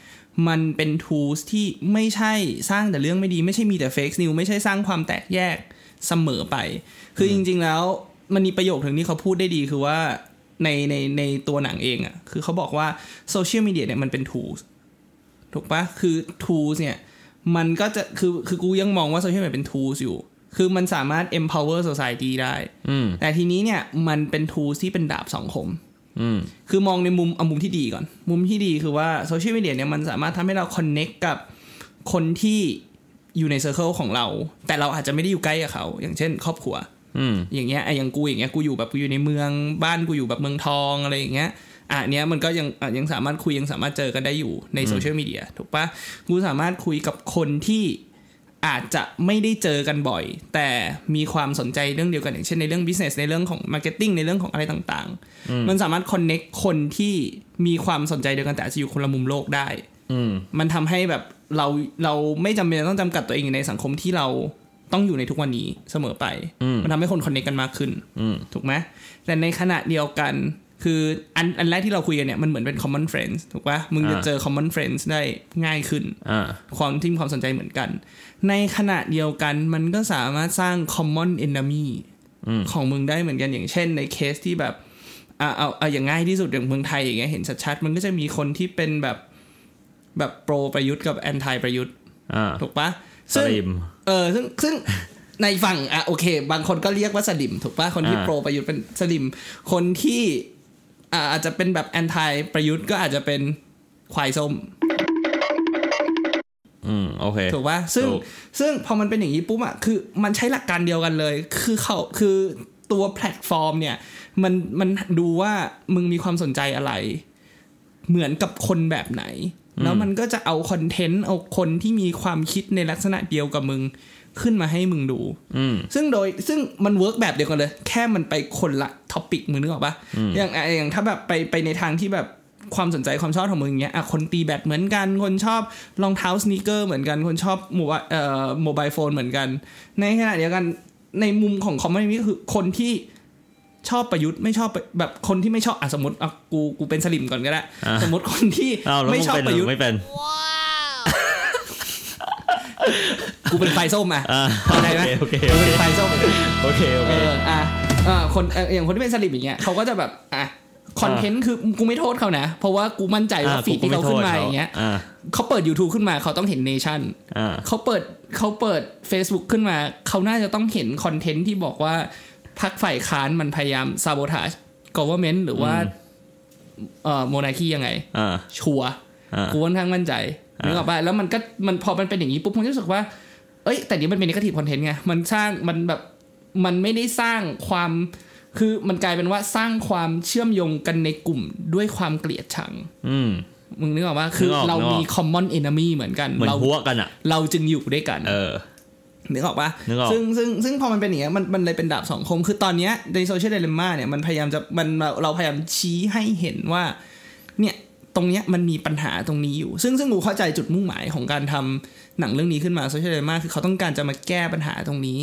มันเป็น tools ที่ไม่ใช่สร้างแต่เรื่องไม่ดี ไม่ใช่มีแต่ fake news ไม่ใช่สร้างความแตกแยกเสมอไป คือจริง ๆ แล้วมันมีประโยคถึงที่เขาพูดได้ดีคือว่าในในในตัวหนังเองอะ่ะ คือเขาบอกว่าโซเชียลมีเดียเนี่ยมันเป็น tools ถูกปะคือ tools เนี่ย มันก็จะ คือ คือกูยังมองว่าโซเชียลมีเดียเป็น tools อยู่ คือมันสามารถ empower society ได้ อืม แต่ทีนี้เนี่ยมันเป็นทูที่เป็นดาบสองคม อืม คือมองในมุมเอามุมที่ดีก่อน มุมที่ดีคือว่าโซเชียลมีเดียเนี่ยมันสามารถทำให้เราคอนเน็กกับคนที่อยู่ในเซอร์เคิลของเรา แต่เราอาจจะไม่ได้อยู่ใกล้กับเขา อย่างเช่น ครอบครัว อืม อย่างเงี้ยไอ้อย่างกูอย่างเงี้ยกูอยู่แบบกูอยู่ในเมืองบ้านกูอยู่แบบเมืองทองอะไรอย่างเงี้ยอ่ะอันเนี้ยมันก็ยังอ่ะยังสามารถคุยยังสามารถเจอกันได้อยู่ในโซเชียลมีเดียถูกปะกูสามารถคุยกับคนที่อาจจะไม่ได้เจอกันบ่อย แต่มีความสนใจเรื่องเดียวกันอย่างเช่นในเรื่อง business ในเรื่องของ marketing ในเรื่องของอะไรต่างๆ มันสามารถ connect คนที่มีความสนใจเดียวกันแต่อาจจะอยู่คนละมุมโลกได้ อืม มันทำให้แบบเราเราไม่จำเป็นต้องจำกัดตัวเองอยู่ในสังคมที่เราต้องอยู่ในทุกวันนี้เสมอไป อืม มันทำให้คนคอนเนคกันมากขึ้น อืม ถูกไหมแต่ในขณะเดียวกัน คืออันอันแรกที่เราคุยกันเนี่ย มันเหมือนเป็น common friends ถูกปะมึงจะ อ่า เจอ common friends ได้ง่ายขึ้น อ่า ความที่มีความสนใจเหมือนกัน ในขณะเดียวกันมันก็สามารถสร้าง common enemy อืม ของมึงได้เหมือนกันอย่างเช่นในเคสที่แบบอ่ะเอาเอาอย่างง่ายที่สุดอย่างเมืองไทยอย่างเงี้ยเห็นชัดๆมันก็จะมีคนที่เป็นแบบแบบโปรประยุทธ์กับแอนตี้ประยุทธ์ อ่า ถูกปะ ส ซึ่ง ลิม เออซึ่งซึ่งในฝั่งอ่ะโอเค บางคนก็เรียกว่าสลิมถูกป่ะ คนที่ อ่า โปรประยุทธ์เป็นสลิม คนที่อ่าอาจจะเป็นแบบแอนตี้ประยุทธ์ก็อาจจะเป็นควายส้ม อืม โอเค ถูกป่ะซึ่ง ถูก ซึ่งพอมันเป็นอย่างนี้ปุ๊บอ่ะคือมันใช้หลักการเดียวกันเลย คือเขาคือตัวแพลตฟอร์มเนี่ยมันมันดูว่ามึงมีความสนใจอะไร เหมือนกับคนแบบไหน แล้วมันก็จะเอาคอนเทนต์เอาคนที่มีความคิดในลักษณะเดียวกับมึงขึ้นมาให้มึงดู อืม ซึ่งโดยซึ่งมันเวิร์กแบบเดียวกันเลย แค่มันไปคนละท็อปิกมึงนึกออกปะอย่างอ่ะอย่างถ้าแบบไปไปในทางที่แบบความสนใจความชอบของมึงอย่างเงี้ยอ่ะคนตีแบตเหมือนกัน คนชอบรองเท้าสนีกเกอร์เหมือนกัน คนชอบโมบายเอ่อโมบายโฟนเหมือนกัน ในขณะเดียวกันในมุมของคอมเมนต์นี่คือคนที่ชอบประยุทธ์ไม่ชอบประแบบคนที่ไม่ชอบอ่ะสมมติอ่ะกูกูเป็นสลิมก่อนก็ได้ อ่า สมมติคนที่ อ้าวแล้ว ไม่ มึง ชอบ เป็นหประ รื ยุท อ ธ์ ไม่เป็น Wow. กูเป็นไฟส้มอ่ะ อ่า พอใจไหม โอเค กู โอเค เป็นไฟส้มอ่ะ โอเค โอ เอ เค ออ่ะเออคนเอ่ออย่างคนที่เป็นสลิปอย่างเงี้ยเขาก็จะแบบ อ่ะ คอนเทนต์คือกูไม่โทษเขานะ เพราะว่ากูมั่นใจว่า อ่ะ ฟีดที่เขาขึ้นมา กูไม่โทษ อย่างเงี้ย อ่า เขาเปิด YouTube ขึ้นมาเขาต้องเห็นเนชั่น อ่า เขาเปิดเขาเปิด Facebook ขึ้นมาเขาน่าจะต้องเห็นคอนเทนต์ที่บอกว่าพักฝ่ายค้านมันพยายามซาโบทา g ก v e r n m e n t หรือว่า อืม เอ่อโมนาคียังไง อ่า ชัวร์ อ่า กูค่อนข้างมั่นใจนึกออกป่ะแล้วมันก็มันพอมันเป็นอย่างนี้ปุ๊บผมรู้สึกว่า เอ้ย แต่นี้มันเป็นนิเกทีฟคอนเทนต์ไง มันสร้างมันแบบมันไม่ได้สร้างความคือมันกลายเป็นว่าสร้างความเชื่อมโยงกันในกลุ่มด้วยความเกลียดชัง อืม มึงนึกออกป่ะคือ นึกออก เรา นึกออก มี common enemy เหมือนกัน เหมือน เรา พวกกันอ่ะ เราจึงอยู่ด้วยกัน เออ นึกออกปะ นึกออก ซึ่งซึ่งซึ่งพอมันเป็นอย่างเงี้ยมันมันเลยเป็นดาบสองคม คือตอนเนี้ยในโซเชียลเดลิม่าเนี่ยมันพยายามจะมันเราเราพยายามชี้ให้เห็นว่า เนี่ยตรงเนี้ยมันมีปัญหาตรงนี้อยู่ ซึ่งซึ่งกูเข้าใจจุดมุ่งหมายของการทำหนังเรื่องนี้ขึ้นมาโซเชียลเดลิม่าคือเขาต้องการจะมาแก้ปัญหาตรงนี้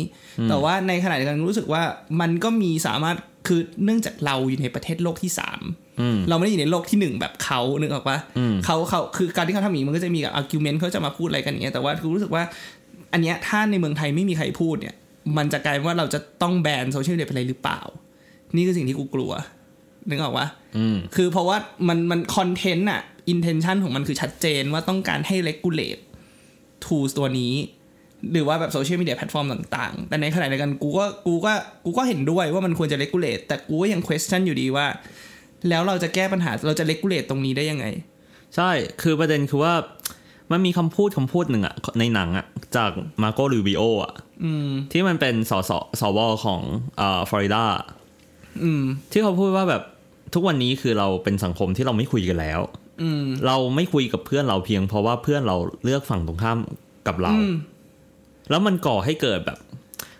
แต่ว่าในขณะเดียวกันรู้สึกว่ามันก็มีสามารถคือเนื่องจากเราอยู่ในประเทศโลกที่สาม อืม เราไม่ได้อยู่ในโลกที่หนึ่งแบบเขานึกออกปะ อืม เขาเขาคือการที่เขาทำอย่างนี้มันก็จะมีกับอาร์กิวเมนต์เขาจะมาพูดอะไรกันอย่างเงี้ยแต่ว่ากูรู้สึกว่า อันเนี้ยถ้าในเมืองไทยไม่มีใครพูดเนี่ย มันจะกลายเป็นว่าเราจะต้องแบนโซเชียลมีเดียไปเลยหรือเปล่า นี่คือสิ่งที่กูกลัว นึกออกวะ อืม คือเพราะว่ามันมันคอนเทนต์อะอินเทนชันของมันคือชัดเจนว่าต้องการให้ regulate tools ตัวนี้ หรือว่าแบบโซเชียลมีเดียแพลตฟอร์มต่างๆ แต่ในขณะเดียวกันกูก็กูก็กูก็เห็นด้วยว่ามันควรจะ regulate แต่กูก็ยัง question อยู่ดีว่า แล้วเราจะแก้ปัญหาเราจะ regulate ตรงนี้ได้ยังไง ใช่ คือประเด็นคือว่า มันมีคำพูดคำพูดหนึ่งอะในหนังอะจากมาโก r ูบิโออะ อืม ที่มันเป็นสสสวของเอ่อฟลอริดา อืม ที่เขาพูดว่าแบบทุกวันนี้คือเราเป็นสังคมที่เราไม่คุยกันแล้ว อืม เราไม่คุยกับเพื่อนเราเพียงเพราะว่าเพื่อนเราเลือกฝั่งตรงข้ามกับเรา อืม แล้วมันก่อให้เกิดแบบ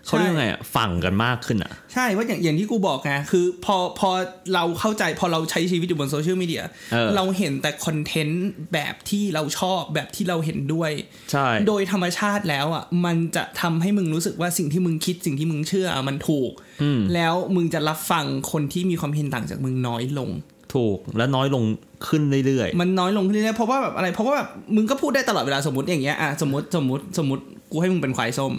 เขาเรียกว่าไงอ่ะฝั่งกันมากขึ้นอ่ะ ใช่ว่าะอย่างอย่างที่กูบอกไงคือพอพอเราเข้าใจพอเราใช้ชีวิตอยู่บนโซเชียลมีเดีย เออ เราเห็นแต่คอนเทนต์แบบที่เราชอบแบบที่เราเห็นด้วย ใช่ โดยธรรมชาติแล้วอ่ะมันจะทำให้มึงรู้สึกว่าสิ่งที่มึงคิดสิ่งที่มึงเชื่ออะมันถูก อืม แล้วมึงจะรับฟังคนที่มีความเห็นต่างจากมึงน้อยลง ถูกและน้อยลงขึ้นเรื่อย มันน้อยลงเรื่อยๆเพราะว่าแบบอะไรเพราะว่าแบบมึงก็พูดได้ตลอดเวลาสมมติอย่างเงี้ยอ่ะสมมติสมมติสมมติกูให้มึงเป็นควายส้ม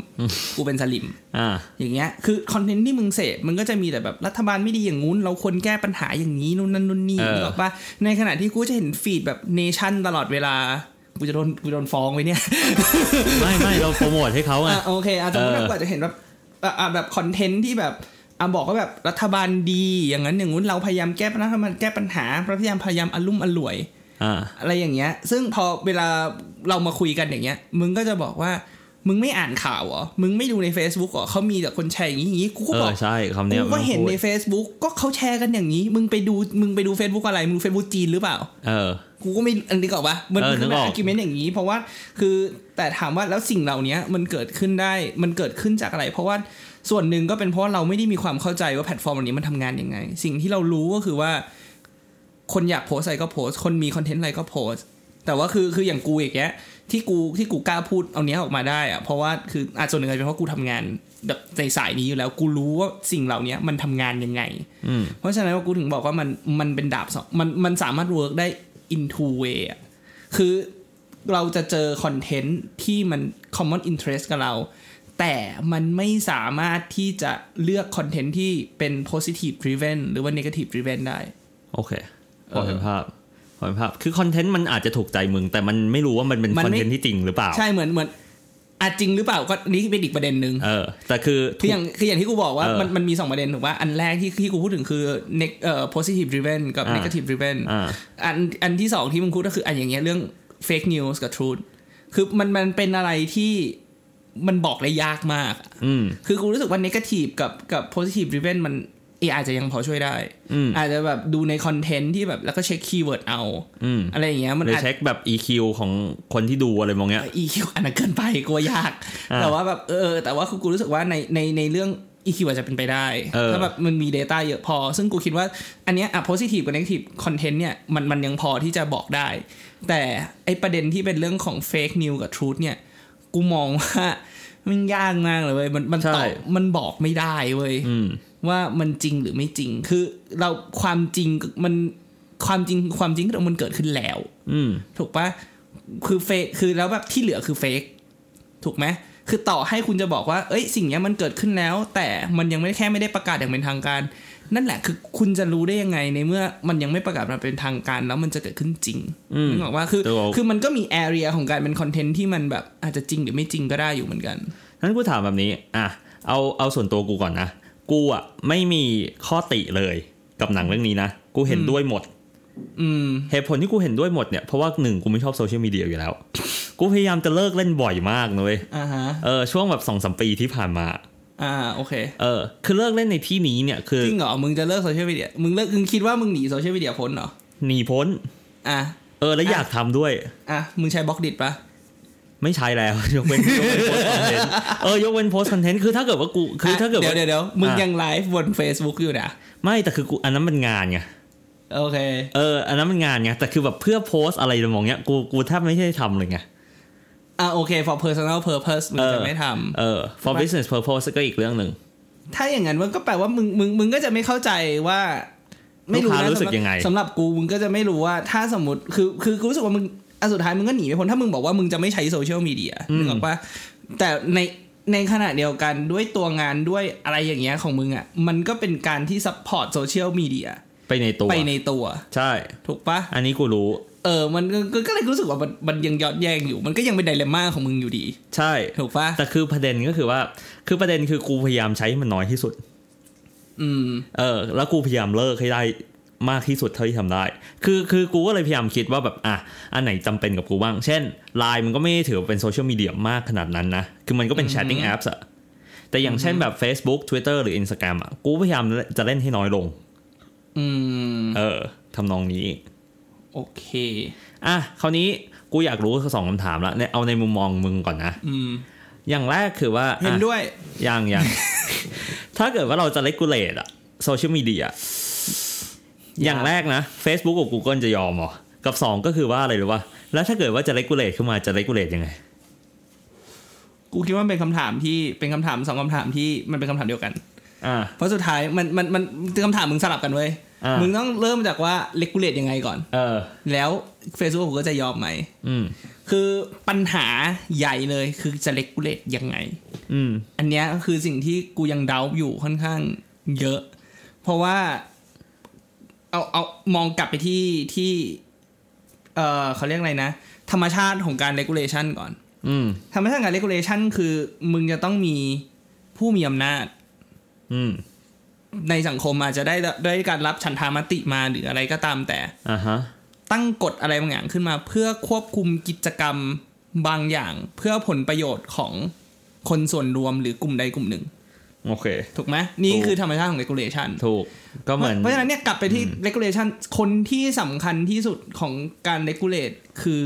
กูเป็นสลิม ๆอ่า อย่างเงี้ยคือคอนเทนต์ที่มึงเสพมันก็จะมีแต่แบบรัฐบาลไม่ดีอย่างงู้น เราควรแก้ปัญหาอย่างนี้นู่นนั่นนู่นนี่ เออ นึกออกปะในขณะที่กูจะเห็นฟีดแบบเนชั่นตลอดเวลากูจะโดนกูโดนฟ้องไว้เนี่ย ไม่ไม่เราโปรโมทให้เขาไง อ่ะโอเคอาจจะสมมติ เออ ว่าอาจจะเห็นแบบอ่ะอ่ะแบบคอนเทนต์ที่แบบอ่ะบอกว่าแบบรัฐบาลดีอย่างนั้นอย่างนู้นเราพยายามแก้ปัญหารัฐบาลแก้ปัญหาพยายามพยายามอลุ่มอล่วย ่า อะไรอย่างเงี้ย ซึ่งพอเวลาเรามาคุยกันอย่างเงี้ย มึงก็จะบอกว่า มึงไม่อ่านข่าวเหรอ มึงไม่ดูใน Facebook เหรอเขามีแต่คนแชร์อย่างนี้อย่างนี้ กูก็ เอ บอก อใช่คำเนี้ย กูก็เห็น มัพูด ใน Facebook ก็เขาแชร์กันอย่างนี้ มึงไปดู มึงไปดู Facebook อะไร มึงเฟซบุ๊กจีนหรือเปล่า เออ กูก็ไม่ อันนี้ก่อนปะมัน เออ คือ นึก เป็น ออก อาร์กิเมนต์อย่างนี้ เพราะว่า คือ แต่ถามว่าแล้วสิ่งเหล่านี้มันเกิดขึ้นได้ มันเกิดขึ้นจากอะไร เพราะว่าส่วนหนึ่งก็เป็นเพราะเราไม่ได้มีความเข้าใจว่าแพลตฟอร์มเหล่านี้มันทำงานยังไง สิ่งที่เรารู้ก็คือว่า คนอยากโพสต์อะไรก็โพสต์ คนมีคอนเทนต์อะไรก็โพสต์ แต่ว่าคือ คืออย่างกูอย่างเงี้ย ที่กู ที่กูกล้าพูดเอาเนี้ยออกมาได้อะเพราะว่า คืออาจส่วนหนึ่งอาจจะเป็นเพราะกูทำงานแบบในสายนี้อยู่แล้ว กูรู้ว่าสิ่งเหล่านี้มันทำงานยังไง อืม เพราะฉะนั้นว่ากูถึงบอกว่ามันมันเป็นดาบสองมันมันสามารถเวิร์กได้ in two way อะคือเราจะเจอคอนเทนต์ที่มัน common interest กับเรา แต่มันไม่สามารถที่จะเลือกคอนเทนต์ที่เป็น positive driven หรือว่า negative driven ได้ โอเคพอเห็น เออ ภาพพอเห็นภาพ คือคอนเทนต์มันอาจจะถูกใจมึง แต่มันไม่รู้ว่ามันเป็น มั คอนน ไม่ เทนต์ที่จริงหรือเปล่า ใช่เหมือนเหมือนอาจจริงหรือเปล่าก็นี่เป็นอีกประเด็นหนึ่ง เออ แต่คือ คืถูอก อย่างคืออย่างที่กูบอกว่า เออ มันมันมีสองประเด็นถูกว่าอันแรกที่ที่กูพูดถึงคือ neg- เอ่อ positive driven กับ อ่า negative driven อ่า อันอันที่สองที่มึงพูดก็คืออันอย่างเงี้ยเรื่อง fake news กับ truth คือมันมันเป็นอะไรที่มันบอกได้ยากมาก อืม คือกูรู้สึกว่า negative กับกับ positive driven มัน AI อาจจะยังพอช่วยได้ อืม อาจจะแบบดูในคอนเทนต์ที่แบบแล้วก็เช็คคีย์เวิร์ดเอา อืม อะไรอย่างเงี้ยมัน หรือ อาจ เช็คแบบ EQ ของคนที่ดูอะไรมองเงี้ย EQ อันนั้นเกินไปกลัวยาก อ่า แต่ว่าแบบเออ แต่ว่าคือกูรู้สึกว่าในในในเรื่อง EQ อาจจะเป็นไปได้ เออ ถ้าแบบมันมี Data เยอะพอ ซึ่งกูคิดว่าอันเนี้ยอ่ะ positive กับ negative content เนี่ยมันมันยังพอที่จะบอกได้ แต่ไอประเด็นที่เป็นเรื่องของ fake news กับ truth เนี่ย กูมองว่ามันยากมากเลยเว้ยมันมันตอบ ใช่ มันบอกไม่ได้เว้ย อืม ว่ามันจริงหรือไม่จริง คือเราความจริงมันความจริงความจริงคือมันเกิดขึ้นแล้ว อืม ถูกปะคือเฟกคือแล้วแบบที่เหลือคือเฟกถูกไหมคือต่อให้คุณจะบอกว่า เอ้ยสิ่งเนี้ยมันเกิดขึ้นแล้ว แต่มันยังไม่แค่ไม่ได้ประกาศอย่างเป็นทางการ นั่นแหละคือคุณจะรู้ได้ยังไงในเมื่อมันยังไม่ประกาศมาเป็นทางการแล้วมันจะเกิดขึ้นจริง อืม นึกออกว่าคือ ถูก คือมันก็มีแอเรียของการเป็นคอนเทนต์ที่มันแบบอาจจะจริงหรือไม่จริงก็ได้อยู่เหมือนกัน งั้นกูถามแบบนี้ อ่ะ เอาเอาส่วนตัวกูก่อนนะ กูอ่ะไม่มีข้อติเลยกับหนังเรื่องนี้นะ กูเห็นด้วยหมด อืม เหตุผลที่กูเห็นด้วยหมดเนี่ย เพราะว่าหนึ่งกูไม่ชอบโซเชียลมีเดียอยู่แล้ว กูพยายามจะเลิกเล่นบ่อยมากนะเลย อ่าฮะ เออช่วงแบบสองสมปีที่ผ่านมา อ่าโอเค เออ คือเลิกเล่นในที่นี้เนี่ยคือ จริงเหรอ มึงจะเลิกโซเชียลมีเดีย มึงเลิก มึงคิดว่ามึงหนีโซเชียลมีเดียพ้นเหรอ หนีพ้น อ่ะ เออ แล้วอยากทำด้วย อ่ะ มึงใช้บล็อกดิดปะ ไม่ใช้แล้ว <laughs> ยกเว้นยกเว้นโพสต์คอนเทนต์เออยกเว้นโพสต์คอนเทนต์คือถ้าเกิดว่ากูคือถ้าเกิด เดี๋ย ว่าว เดี๋ยวเดี๋ยวมึง อ่ะ ยังไลฟ์บน Facebook อยู่นะ ไม่แต่คือกูอันนั้นมันงานไง โอเค เอออันนั้นมันงานไงแต่คือแบบเพื่อโพสต์อะไรมองเนี้ยกูกูแทบไม่ได้ทำเลยไง อ่ะโอเค for personal purpose มึง เออ จะไม่ท เออ for business purpose ก็อีกเรื่องหนึ่ง ำถ้าอย่างนั้นมันก็แปลว่ามึงมึงมึงก็จะไม่เข้าใจว่า ไม่รู้ ลูก นะ ค้ารู้สึกยังไง สำหรับกูมึงก็จะไม่รู้ว่าถ้าสมมติคือคือกูรู้สึกว่ามึงอ่ะสุดท้ายมึงก็หนีไม่พ้นถ้ามึงบอกว่ามึงจะไม่ใช้โซเชียลมีเดียนึกออกปะแต่ในในขณะเดียวกันด้วยตัวงานด้วยอะไรอย่างเงี้ยของมึงอ่ะมันก็เป็นการที่ support โซเชียลมีเดีย ไปในตัว ไปในตัว ใช่ ถูกปะ อันนี้กูรู้ เออ มันก็ก็ก็เลยรู้สึกว่ามันมันยังยอดแยงอยู่ มันก็ยังเป็นไดเลมม่าของมึงอยู่ดี ใช่ ถูกปะ แต่คือประเด็นก็คือว่า คือประเด็นคือกูพยายามใช้ให้มันน้อยที่สุด อืม เออ แล้วกูพยายามเลิกให้ได้มากที่สุดเท่าที่ทำได้ คือคือกูก็เลยพยายามคิดว่าแบบอ่ะอันไหนจำเป็นกับกูบ้าง เช่นไลน์มันก็ไม่ได้ถือว่าเป็นโซเชียลมีเดียมากขนาดนั้นนะ คือมันก็เป็นแชทติ้งแอปส์อะแต่อย่างเช่นแบบ Facebook Twitter หรือ Instagram อะกูพยายามจะเล่นให้น้อยลง อืม เออทำนองนี้ โอเค อ่ะคราวนี้กูอยากรู้สองคำถามละเนี่ยเอาในมุมมองมึงก่อนนะ อืม อย่างแรกคือว่า เห็น อ่ะ ด้วย ยังยัง <laughs> ถ้าเกิดว่าเราจะเลกูเลตอะโซเชียลมีเดียอย่างแรกนะ Facebook กับ Google จะยอมเหรอ กับสองก็คือว่าอะไรรู้ป่ะแล้วถ้าเกิดว่าจะเลกูเลตขึ้นมาจะเลกูเลตยังไง กูคิดว่ามันเป็นคำถามที่เป็นคำถามสองคำถามที่มันเป็นคำถามเดียวกัน อ่า เพราะสุดท้ายมันมันมันคำถามมึงสลับกันเว้ย อ่ามึ มึงต้องเริ่มจากว่าเลกูเลตยังไงก่อน เออ แล้ว Facebook กูก็จะยอมไหม อืม คือปัญหาใหญ่เลยคือจะเลกูเลตยังไง อืม อันเนี้ยคือสิ่งที่กูยังเดาอยู่ค่อนข้างเยอะ เพราะว่าเอาเอามองกลับไปที่ที่ เออเขาเรียกอะไรนะ ธรรมชาติของการ regulation ก่อน อืม ธรรมชาติของการ regulation คือมึงจะต้องมีผู้มีอำนาจ อืม ในสังคมอาจจะได้ได้การรับฉันทามติมาหรืออะไรก็ตามแต่ อ่าฮะ ตั้งกฎอะไรบางอย่างขึ้นมา เพื่อควบคุมกิจกรรมบางอย่าง เพื่อผลประโยชน์ของคนส่วนรวมหรือกลุ่มใดกลุ่มหนึ่ง โอเค ถูกไหมนี่ ถูก คือธรรมชาติของ regulation ถูก ก็เหมือน เพราะฉะนั้นเนี่ยกลับไปที่ regulation คนที่สำคัญที่สุดของการ regulate คือ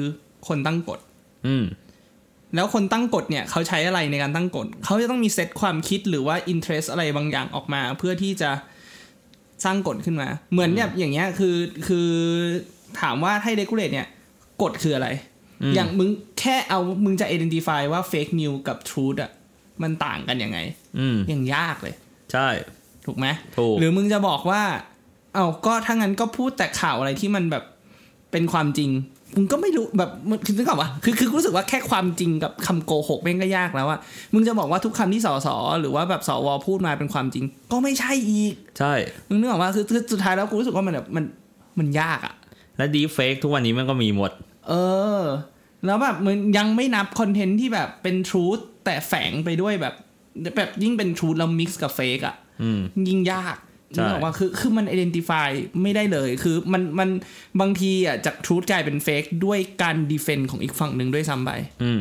คนตั้งกฎ อืม แล้วคนตั้งกฎเนี่ยเขาใช้อะไรในการตั้งกฎ เขาจะต้องมีเซตความคิดหรือว่า interest อะไรบางอย่างออกมา เพื่อที่จะสร้างกฎขึ้นมา เหมือนเนี่ยอย่างเงี้ยคือคือถามว่าให้ regulate เนี่ยกฎคืออะไร อืม อย่างมึงแค่เอามึงจะ identify ว่า fake news กับ truth อะมันต่างกันยังไง อืม ยังยากเลย ใช่ ถูกไหม ถูก หรือมึงจะบอกว่า เอาก็ถ้างั้นก็พูดแต่ข่าวอะไรที่มันแบบเป็นความจริง มึงก็ไม่รู้แบบมันคือนึกออกปะคือคือรู้สึกว่าแค่ความจริงกับคำโกหกแม่งก็ยากแล้วอะมึงจะบอกว่าทุกคำที่สสหรือว่าแบบสวพูดมาเป็นความจริง ก็ไม่ใช่อีก ใช่ มึงนึกออกปะคือคือสุดท้ายแล้วกูรู้สึกว่ามันแบบมันมันยากอะ และดีเฟกทุกวันนี้มันก็มีหมด เออ แล้วแบบมึงยังไม่นับคอนเทนต์ที่แบบเป็นทรูธแต่แฝงไปด้วยแบบแบบยิ่งเป็นทรูธแล้วมิกซ์กับเฟกอะ อืม ยิ่งยาก ใช่ นึกออกว่าคือคือมัน identify ไม่ได้เลย คือมันมันบางทีอ่ะจาก truth กลายเป็น fake ด้วยการ defend ของอีกฝั่งหนึ่งด้วยซ้ำไป อืม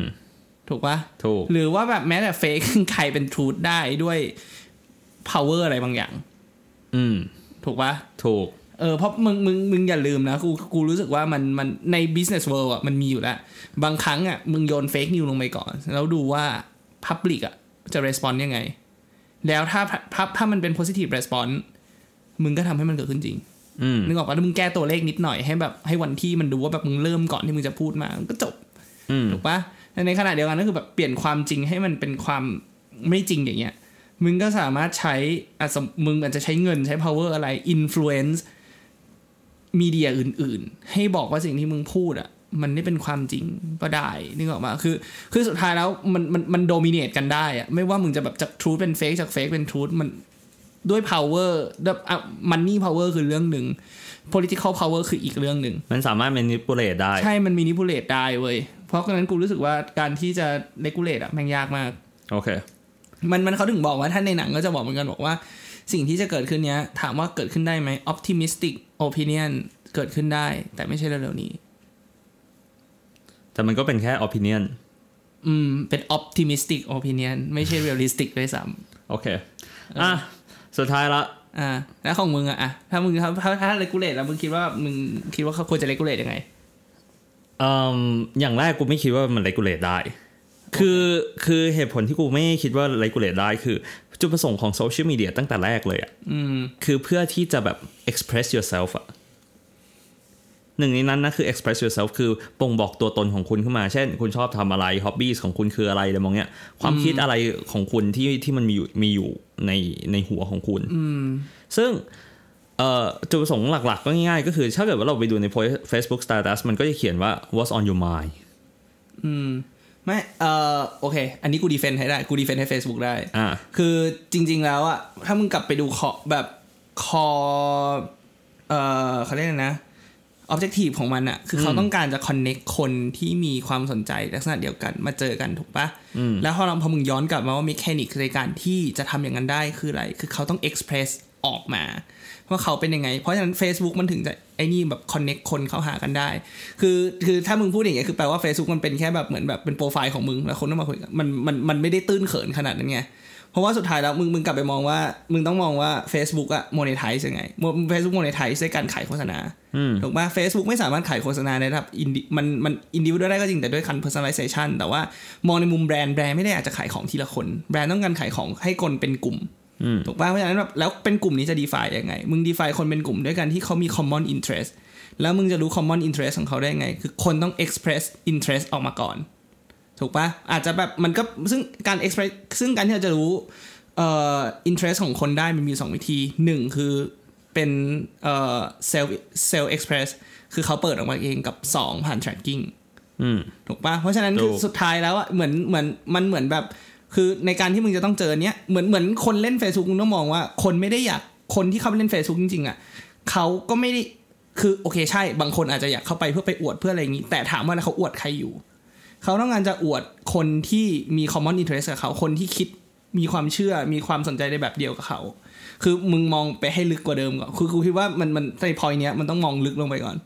ถูกปะ ถูก หรือว่าแบบแม้แต่ fake ใครเป็น truth ได้ด้วย power อะไรบางอย่าง อืม ถูกปะ ถูก เออเพราะมึงมึงมึงอย่าลืมนะ กูกูรู้สึกว่ามันมันใน business world อ่ะมันมีอยู่แล้ว บางครั้งอ่ะมึงโยน fake news ลงไปก่อน แล้วดูว่า public อ่ะจะ respond ยังไง แล้วถ้าถ้าถ้ามันเป็น positive response มึงก็ทำให้มันเกิดขึ้นจริง อืม นึกออกปะแล้วมึงแก้ตัวเลขนิดหน่อยให้แบบให้วันที่มันดูว่าแบบมึงเริ่มก่อนที่มึงจะพูดมามันก็จบ อืม ถูกปะแต่ในขณะเดียวกันก็คือแบบเปลี่ยนความจริงให้มันเป็นความไม่จริงอย่างเงี้ย มึงก็สามารถใช้อาจจะมึงอาจจะใช้เงินใช้ power อะไร influence มีเดียอื่น ๆ ให้บอกว่าสิ่งที่มึงพูดอะมันไม่เป็นความจริงก็ได้นึกออกมาคือ คือสุดท้ายแล้วมันมันมันโดมิเนตกันได้อะไม่ว่ามึงจะแบบจากทรูธเป็นเฟกจากเฟกเป็นทรูธมันด้วย power ด้วยมันนี่ power คือเรื่องหนึ่ง political power คืออีกเรื่องหนึ่ง มันสามารถ manipulate ได้ ใช่มันมีนิพูเลตได้เว้ย เพราะฉะนั้นกูรู้สึกว่าการที่จะเลกูเลตอะแม่งยากมาก โอเค มันมันเขาถึงบอกว่าถ้าในหนังก็จะบอกเหมือนกันบอกว่า สิ่งที่จะเกิดขึ้นเนี้ย ถามว่าเกิดขึ้นได้ไหม optimistic opinion เกิดขึ้นได้ แต่ไม่ใช่เร็วๆนี้ แต่มันก็เป็นแค่ opinion อืม เป็น optimistic opinion ไม่ใช่ realistic ด้วยซ้ โอเค อ่ะ สุดท้ายละ ำอ่า แล้วของมึงอะอะถ้ามึงถ้าถ้าถ้าเลกูเลตแล้วมึงคิดว่ามึงคิดว่าเขาควรจะเลกูเลตยังไง เอิ่มอย่างแรกกูไม่คิดว่ามัน regulate ได้ คือคือเหตุผลที่กูไม่คิดว่า regulate ได้คือ จุดประสงค์ของโซเชียลมีเดียตั้งแต่แรกเลยอะ อืม คือเพื่อที่จะแบบ express yourself อะหนึ่งในนั้นนะคือ express yourself คือบ่งบอกตัวตนของคุณขึ้นมา เช่น คุณชอบทำอะไร hobbies ของคุณคืออะไรอะไรมองเนี้ย ความคิดอะไรของคุณที่ที่มันมีอยู่มีอยู่ในในหัวของคุณ อืม ซึ่งเอ่อจุดประสงค์หลักๆ ก็ง่ายๆ ก็คือ ถ้าเกิดว่าเราไปดูใน po- Facebook status มันก็จะเขียนว่า what's on your mind อืม ไม่ เอ่อ โอเค อันนี้กูดีเฟนต์ให้ได้ กูดีเฟนต์ให้ Facebook ได้ อ่า คือจริง ๆ แล้วอะถ้ามึงกลับไปดูคอแบบคอเอ่อเขาเรียกอะไรนะ objective ของมันอะคือเขาต้องการจะ connect คนที่มีความสนใจลักษณะเดียวกันมาเจอกันถูกปะ อืม แล้วพอเราพอมึงย้อนกลับมาว่า mechanic ในการที่จะทำอย่างนั้นได้คืออะไร คือเขาต้อง express ออกมาว่าเขาเป็นยังไง เพราะฉะนั้น Facebook มันถึงจะไอ้นี่แบบ connect คนเข้าหากันได้ คือคือถ้ามึงพูดอย่างเงี้ยคือแปลว่า Facebook มันเป็นแค่แบบเหมือนแบบเป็นโปรไฟล์ของมึงแล้วคนต้องมาคุยกันมันมันมันไม่ได้ตื้นเขินขนาดนั้นไง พ ราะว่าสุดท้ายแล้วมึงมึงกลับไปมองว่า มึงต้องมองว่า Facebook อะโมเนทายยังไงเฟซบุ๊กโมเนทายด้วยการขายโฆษณา อืม ถูกไหมเฟซบุ๊กไม่สามารถขายโฆษณาในระดับอินดิมันมันอินดิวได้ก็จริงแต่ด้วยคัน personalization แต่ว่ามองในมุมแบรนด์แบรนด์ไม่ได้อาจจะขายของทีละคนแบรนด์ต้องการขายของให้คนเป็นกลุ่ม อืม ถูกป่ะเพราะฉะนั้นแบบแล้วเป็นกลุ่มนี้จะ define ยังไง มึง define คนเป็นกลุ่มด้วยกันที่เขามี common interest แล้วมึงจะรู้ common interest ของเขาได้ยังไง คือคนต้อง express interest ออกมาก่อน ถูกป่ะอาจจะแบบมันก็ซึ่งการ express ซึ่งการที่เราจะรู้เอ่อ interest ของคนได้มันมี 2 วิธี 1 คือเป็นเอ่อ self self express คือเขาเปิดออกมาเองกับ 2 ผ่าน tracking อืม ถูกปะเพราะฉะนั้นคือ ถูก สุดท้ายแล้วอะเหมือนเหมือนมันเหมือนแบบ คือในการที่มึงจะต้องเจอเนี้ยเหมือนเหมือนคนเล่น Facebook มึงต้องมองว่าคนไม่ได้อยากคนที่เข้าไปเล่น Facebook จริงๆอะเขาก็ไม่ได้คือโอเคใช่บางคนอาจจะอยากเข้าไปเพื่อไปอวดเพื่ออะไรอย่างนี้ แต่ถามว่าแล้วเขาอวดใครอยู่ เขาต้องการจะอวดคนที่มี common interest กับเขาคนที่คิดมีความเชื่อมีความสนใจในแบบเดียวกับเขา คือมึงมองไปให้ลึกกว่าเดิมก่อนคือกูคิดว่ามันมันในพอยเนี้ยมันต้องมองลึกลงไปก่อน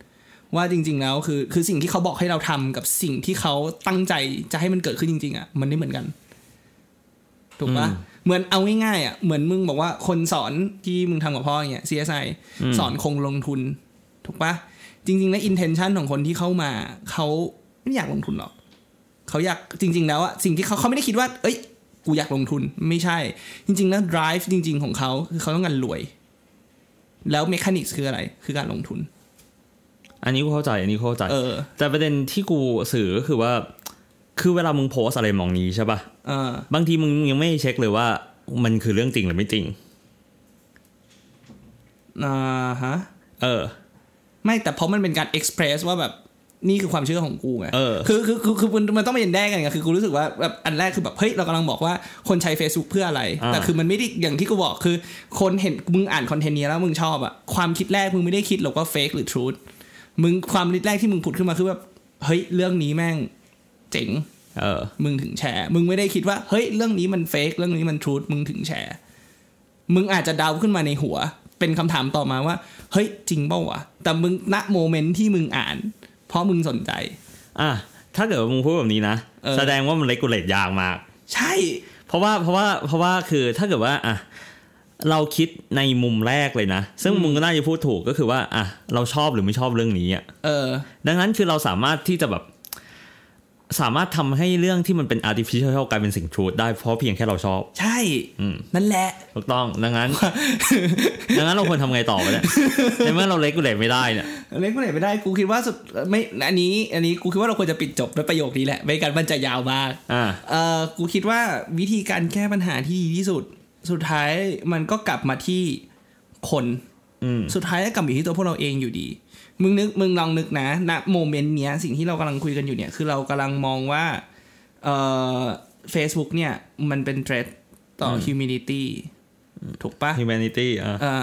ว่าจริง ๆ แล้วคือคือสิ่งที่เขาบอกให้เราทำกับสิ่งที่เขาตั้งใจจะให้มันเกิดขึ้นจริง ๆอ่ะมันไม่เหมือนกันถูกปะเหมือนเอาง่ายๆอ่ะเหมือนมึงบอกว่าคนสอนที่มึงทำกับพ่ออย่างเงี้ย CSI สอนคงลงทุน ถูกปะจริง ๆ แล้ว intention ของคนที่เข้ามาเขาไม่อยากลงทุนหรอก เขาอยากจริง ๆ แล้วอะสิ่งที่เขาเขาไม่ได้คิดว่า เอ้ย กูอยากลงทุนไม่ใช่ จริง ๆ แล้ว drive จริง ๆ ของเขาคือเขาต้องการรวย แล้วเมคานิกคืออะไร คือการลงทุน อันนี้กูเข้าใจ อันนี้กูเข้าใจ เออ แต่ประเด็นที่กูสื่อก็คือว่า คือเวลามึงโพสอะไรมองนี้ใช่ป่ะ เออบ างทีมึงยังไม่เช็คเลยว่า มันคือเรื่องจริงหรือไม่จริง อ่าฮะ เออ ไม่แต่เพราะมันเป็นการ express ว่าแบบนี่คือความเชื่อของกูไง เออ คือคือคือคือมันมันต้องไปเย็นแด้กันไงคือกูรู้สึกว่าแบบอันแรกคือแบบเฮ้ยเรากำลังบอกว่าคนใช้ Facebook เพื่ออะไร แต่คือมันไม่ได้อย่างที่กูบอกคือ คนเห็นมึงอ่านคอนเทนต์นี้แล้วมึงชอบอะความคิดแรกมึงไม่ได้คิดหรอกว่า fake หรือ truth มึงความคิดแรกที่มึงผุดขึ้นมาคือแบบเฮ้ยเรื่องนี้แม่งเจ๋ง เออ มึงถึงแชร์ มึงไม่ได้คิดว่า เฮ้ย เรื่องนี้มันเฟกเรื่องนี้มันทรูดมึงถึงแชร์ มึงอาจจะเดาขึ้นมาในหัว เป็นคำถามต่อมาว่า เฮ้ย จริงเปล่าวะ แต่มึงณโมเมนต์ที่มึงอ่าน เพราะมึงสนใจ อ่ะ ถ้าเกิดว่ามึงพูดแบบนี้นะ เออ แสดงว่ามันเลกูเลตยากมาก ใช่ เพราะว่าเพราะว่าเพราะว่าคือถ้าเกิดว่าอ่ะเราคิดในมุมแรกเลยนะ ซึ่งมึงก็น่าจะพูดถูกก็คือว่าอ่ะเราชอบหรือไม่ชอบเรื่องนี้อ่ะ เออ ดังนั้นคือเราสามารถที่จะแบบ สามารถทำให้เรื่องที่มันเป็น artificial กลายเป็นสิ่ง truth ได้เพราะเพียงแค่เราชอบ ใช่ อืม นั่นแหละ <laughs> ถูกต้อง ดังนั้น <laughs> ดังนั้นเราควรทำไงต่อไปเนี่ย <laughs> ในเมื่อเราเลกูเลตไม่ได้เนี่ย เล็กไม่ไหนไม่ได้ กูคิดว่าสุดไม่ อันนี้ อันนี้กูคิดว่าเราควรจะปิดจบด้วยประโยคนี้แหละ ไม่กันมันจะยาวมาก อ่า เออกูคิดว่าวิธีการแก้ปัญหาที่ดีที่สุด สุดท้ายมันก็กลับมาที่คน อืม สุดท้ายก็กลับมาอยู่ที่ตัวพวกเราเองอยู่ดี มึงนึกมึงลองนึกนะณโมเมนต์เนี้ยสิ่งที่เรากำลังคุยกันอยู่เนี่ย คือเรากำลังมองว่าเอ่อ Facebook เนี่ย มันเป็นเทรดต่ออ humanity ถูกปะ humanity อ่า เอ่อ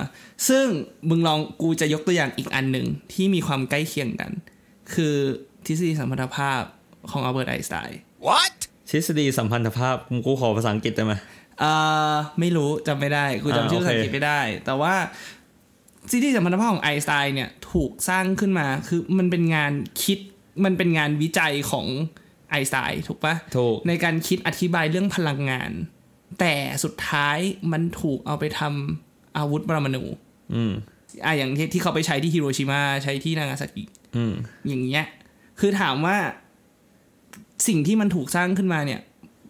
ซึ่งมึงลองกูจะยกตัวอย่างอีกอันหนึ่งที่มีความใกล้เคียงกัน คือทฤษฎีสัมพันธภาพของอัลเบิร์ตไอน์สไตน์ What? ทฤษฎีสัมพันธภาพกูขอภาษาอังกฤษได้ไหม เอ่อไม่รู้จำไม่ได้กูจำ อ่า ชื่อภาษาอัง โอเค กฤษไม่ได้ แต่ว่าซีรีส์สัมพันธภาพของไอน์สไตน์เนี่ยถูกสร้างขึ้นมาคือมันเป็นงานคิดมันเป็นงานวิจัยของไอน์สไตน์ถูกปะ ถูก ในการคิดอธิบายเรื่องพลังงาน แต่สุดท้ายมันถูกเอาไปทำอาวุธปรมาณู อืม อ่ะอย่างที่ที่เขาไปใช้ที่ฮิโรชิมาใช้ที่นางาซากิ อืม อย่างเงี้ย คือถามว่าสิ่งที่มันถูกสร้างขึ้นมาเนี่ย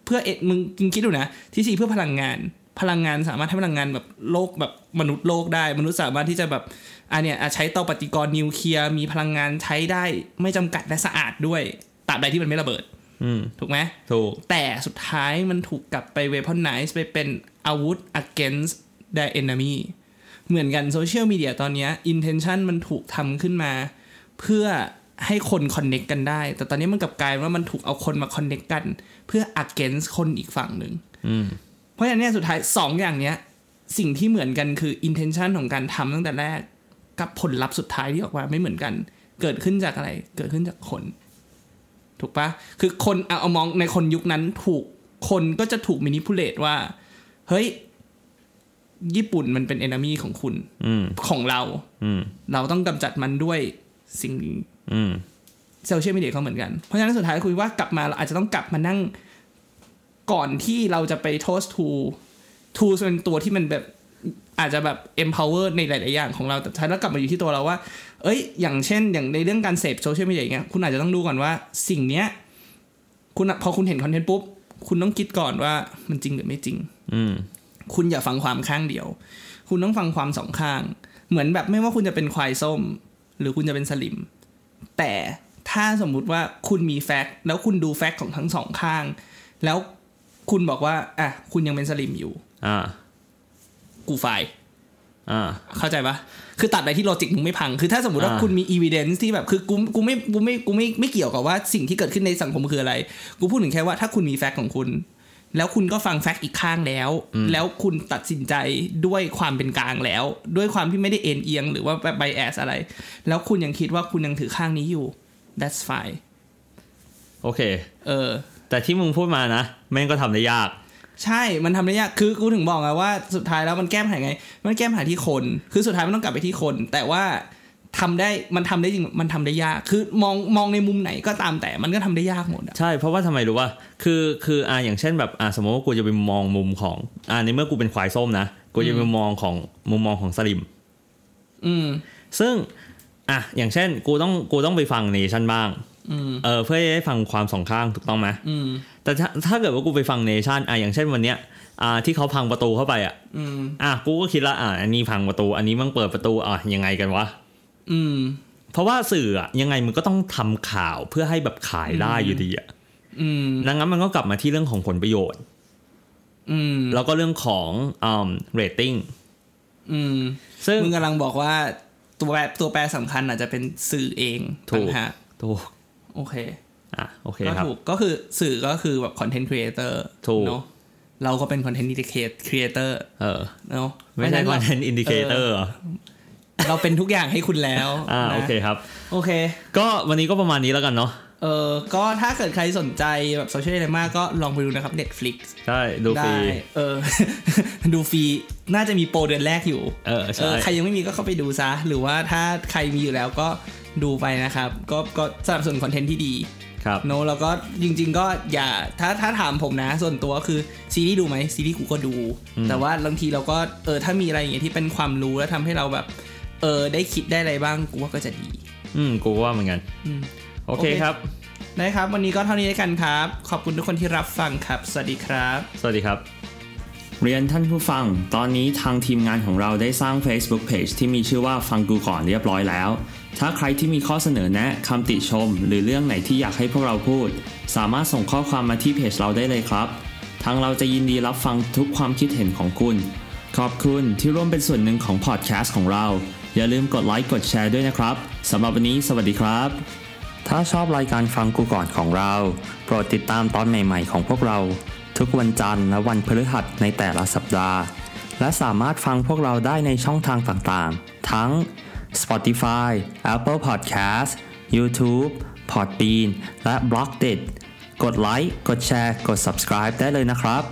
เพื่อเอ็ดมึงมึงคิดดูนะที่สี่เพื่อพลังงาน พลังงานสามารถให้พลังงานแบบโลกแบบมนุษย์โลกได้ มนุษย์สามารถที่จะแบบอันเนี้ยอ่ะใช้เตาปฏิกรณ์นิวเคลียร์มีพลังงานใช้ได้ไม่จำกัดและสะอาดด้วยตราบใดที่มันไม่ระเบิด อืม ถูกไหม ถูก แต่สุดท้ายมันถูกกลับไป weaponize ไปเป็นอาวุธ against the enemy เหมือนกันโซเชียลมีเดียตอนเนี้ย intention มันถูกทำขึ้นมา เพื่อให้คน connect กันได้ แต่ตอนนี้มันกลับกลายเป็นว่ามันถูกเอาคนมา connect กัน เพื่อ against คนอีกฝั่งหนึ่ง อืม เพราะฉะนั้นเนยสุดท้ายสองอย่างเนี้ย สิ่งที่เหมือนกันคือ intention ของการทำตั้งแต่แรก กับผลลัพธ์สุดท้ายที่ออกมาไม่เหมือนกัน เกิดขึ้นจากอะไร เกิดขึ้นจากคน ถูกปะคือคนเอาเอามองในคนยุคนั้นถูกคนก็จะถูกมินิพูเลตว่า เฮ้ย ญี่ปุ่นมันเป็น enemy ของคุณ อืม ของเรา อืม เราต้องกำจัดมันด้วยสิ่งนี้ อืม โซเชียลมีเดียเขาเหมือนกัน เพราะฉะนั้นสุดท้ายคุยว่ากลับมาเราอาจจะต้องกลับมานั่งก่อนที่เราจะไปโทสทู tools เป็นตัวที่มันแบบอาจจะแบบ empower ในหลาย ๆ อย่างของเราแต่ท้ายแล้วกลับมาอยู่ที่ตัวเราว่า เอ้ย อย่างเช่น อย่างในเรื่องการเสพโซเชียลมีเดียอย่างเงี้ยคุณอาจจะต้องดูก่อนว่าสิ่งเนี้ยคุณอะพอคุณเห็นคอนเทนต์ปุ๊บ คุณต้องคิดก่อนว่ามันจริงหรือไม่จริง อืม คุณอย่าฟังความข้างเดียว คุณต้องฟังความสองข้าง เหมือนแบบไม่ว่าคุณจะเป็นควายส้ม หรือคุณจะเป็นสลิม แต่ถ้าสมมุติว่าคุณมีแฟกต์แล้วคุณดูแฟกต์ของทั้งสองข้าง แล้วคุณบอกว่าอ่ะคุณยังเป็นสลิมอยู่ อ่า กูฝ่าย อ่า เข้าใจปะคือตัดไปที่โลจิกมึงไม่พัง คือถ้าสมมติว่า อ่า คุณมี evidence ที่แบบ คือกูกูไม่กูไม่กูไม่ไม่เกี่ยวกับว่าสิ่งที่เกิดขึ้นในสังคมคืออะไร กูพูดถึงแค่ว่าถ้าคุณมีแฟกต์ของคุณ แล้วคุณก็ฟังแฟกต์อีกข้างแล้ว แล้วคุณตัดสินใจด้วยความเป็นกลางแล้ว ด้วยความที่ไม่ได้เอ็นเอียงหรือว่าแบบ bias อะไร แล้วคุณยังคิดว่าคุณยังถือข้างนี้อยู่ that's fine โอเค เออ แต่ที่มึงพูดมานะแม่งก็ทำได้ยาก ใช่ มันทำได้ยาก คือกูถึงบอกไงว่าสุดท้ายแล้วมันแก้ปัญหาไง มันแก้ปัญหาที่คน คือสุดท้ายมันต้องกลับไปที่คน แต่ว่าทำได้ มันทำได้จริง มันทำได้ยาก คือมองมองในมุมไหนก็ตามแต่มันก็ทำได้ยากหมดอะ ใช่เพราะว่าทำไมรู้ว่าคือคืออ่าอย่างเช่นแบบอ่าสมมติว่ากูจะไปมองมุมของอ่าในเมื่อกูเป็นควายส้มนะกูจะไปมองของมุมมองของสลิม อืม ซึ่งอ่ะอย่างเช่นกูต้องกูต้องไปฟังเนชั่นบ้าง อืม เออเพื่อจะได้ฟังความสองข้างถูกต้องไหม อืม แต่ถ้าถ้าเกิดว่ากูไปฟังเนชั่นอ่ะอย่างเช่นวันเนี้ยอ่าที่เขาพังประตูเข้าไปอ่ะ อืม อ่ะกูก็คิดละอ่ะอันนี้พังประตู อันนี้มันเปิดประตูอ่ะยังไงกันวะ อืม เพราะว่าสื่ออ่ะยังไงมันก็ต้องทำข่าวเพื่อให้แบบขายได้อยู่ดีอ่ะ อืม ดังนั้นมันก็กลับมาที่เรื่องของผลประโยชน์ อืม แล้วก็เรื่องของอ่าเรตติ้ง อืม ซึ่ง มึงกำลังบอกว่าตัวแปรตัวแปรสำคัญอาจจะเป็นสื่อเอง ถูก ต่างหา ถูก โอเค อ่ะโอเค ก็ ครับ ถูก ก็คือสื่อก็คือแบบคอนเทนต์ครีเอเตอร์ ถูก เนาะเราก็เป็นคอนเทนต์ครีเอเตอร์ เออ เนาะ ไม่ใช่คอนเทนต์อินดิเคเตอร์ เราเป็นทุกอย่างให้คุณแล้ว อ่า นะ โอเคครับ โอเค ก็วันนี้ก็ประมาณนี้แล้วกันเนาะ เออก็ถ้าเกิดใครสนใจแบบโซเชียลเดม่าก็ลองไปดูนะครับ Netflix ใช่ดูฟ ได้ รี เออ <laughs> ดูฟรี น่าจะมีโปรเดือนแรกอยู่ เออใช่ เออใครยังไม่มีก็เข้าไปดูซะ หรือว่าถ้าใครมีอยู่แล้วก็ดูไปนะครับ ก็ก็สนับสนุนคอนเทนต์ที่ดี ครับ โนอะแล้วก็จริง ๆ ก็อย่าถ้าถ้าถามผมนะ ส่วนตัวคือซีรีส์ดูไหมซีรีส์กูก็ดู อืม แต่ว่าบางทีเราก็เออถ้ามีอะไรอย่างเงี้ยที่เป็นความรู้แล้วทำให้เราแบบเออได้คิดได้อะไรบ้างกูว่าก็จะดี อืมกูว่าเหมือนกัน อืม โอเค โอเค ครับ นะครับ วันนี้ก็เท่านี้ด้วยกันครับ ขอบคุณทุกคนที่รับฟังครับ สวัสดีครับ สวัสดีครับ เรียนท่านผู้ฟัง ตอนนี้ทางทีมงานของเราได้สร้าง Facebook Page ที่มีชื่อว่าฟังกูก่อนเรียบร้อยแล้ว ถ้าใครที่มีข้อเสนอแนะคำติชม หรือเรื่องไหนที่อยากให้พวกเราพูด สามารถส่งข้อความมาที่เพจเราได้เลยครับ ทางเราจะยินดีรับฟังทุกความคิดเห็นของคุณ ขอบคุณที่ร่วมเป็นส่วนหนึ่งของพอดแคสต์ของเรา อย่าลืมกดไลค์กดแชร์ด้วยนะครับสำหรับวันนี้สวัสดีครับ ถ้าชอบรายการฟังกูก่อนของเรา โปรดติดตามตอนใหม่ ๆ ของพวกเรา ทุกวันจันทร์และวันพฤหัสในแต่ละสัปดาห์ และสามารถฟังพวกเราได้ในช่องทางต่างๆ ทั้ง Spotify, Apple Podcast, YouTube, Podbean และ b l o c k d i t กดไลค์ กดแชร์ กด subscribe ได้เลยนะครับ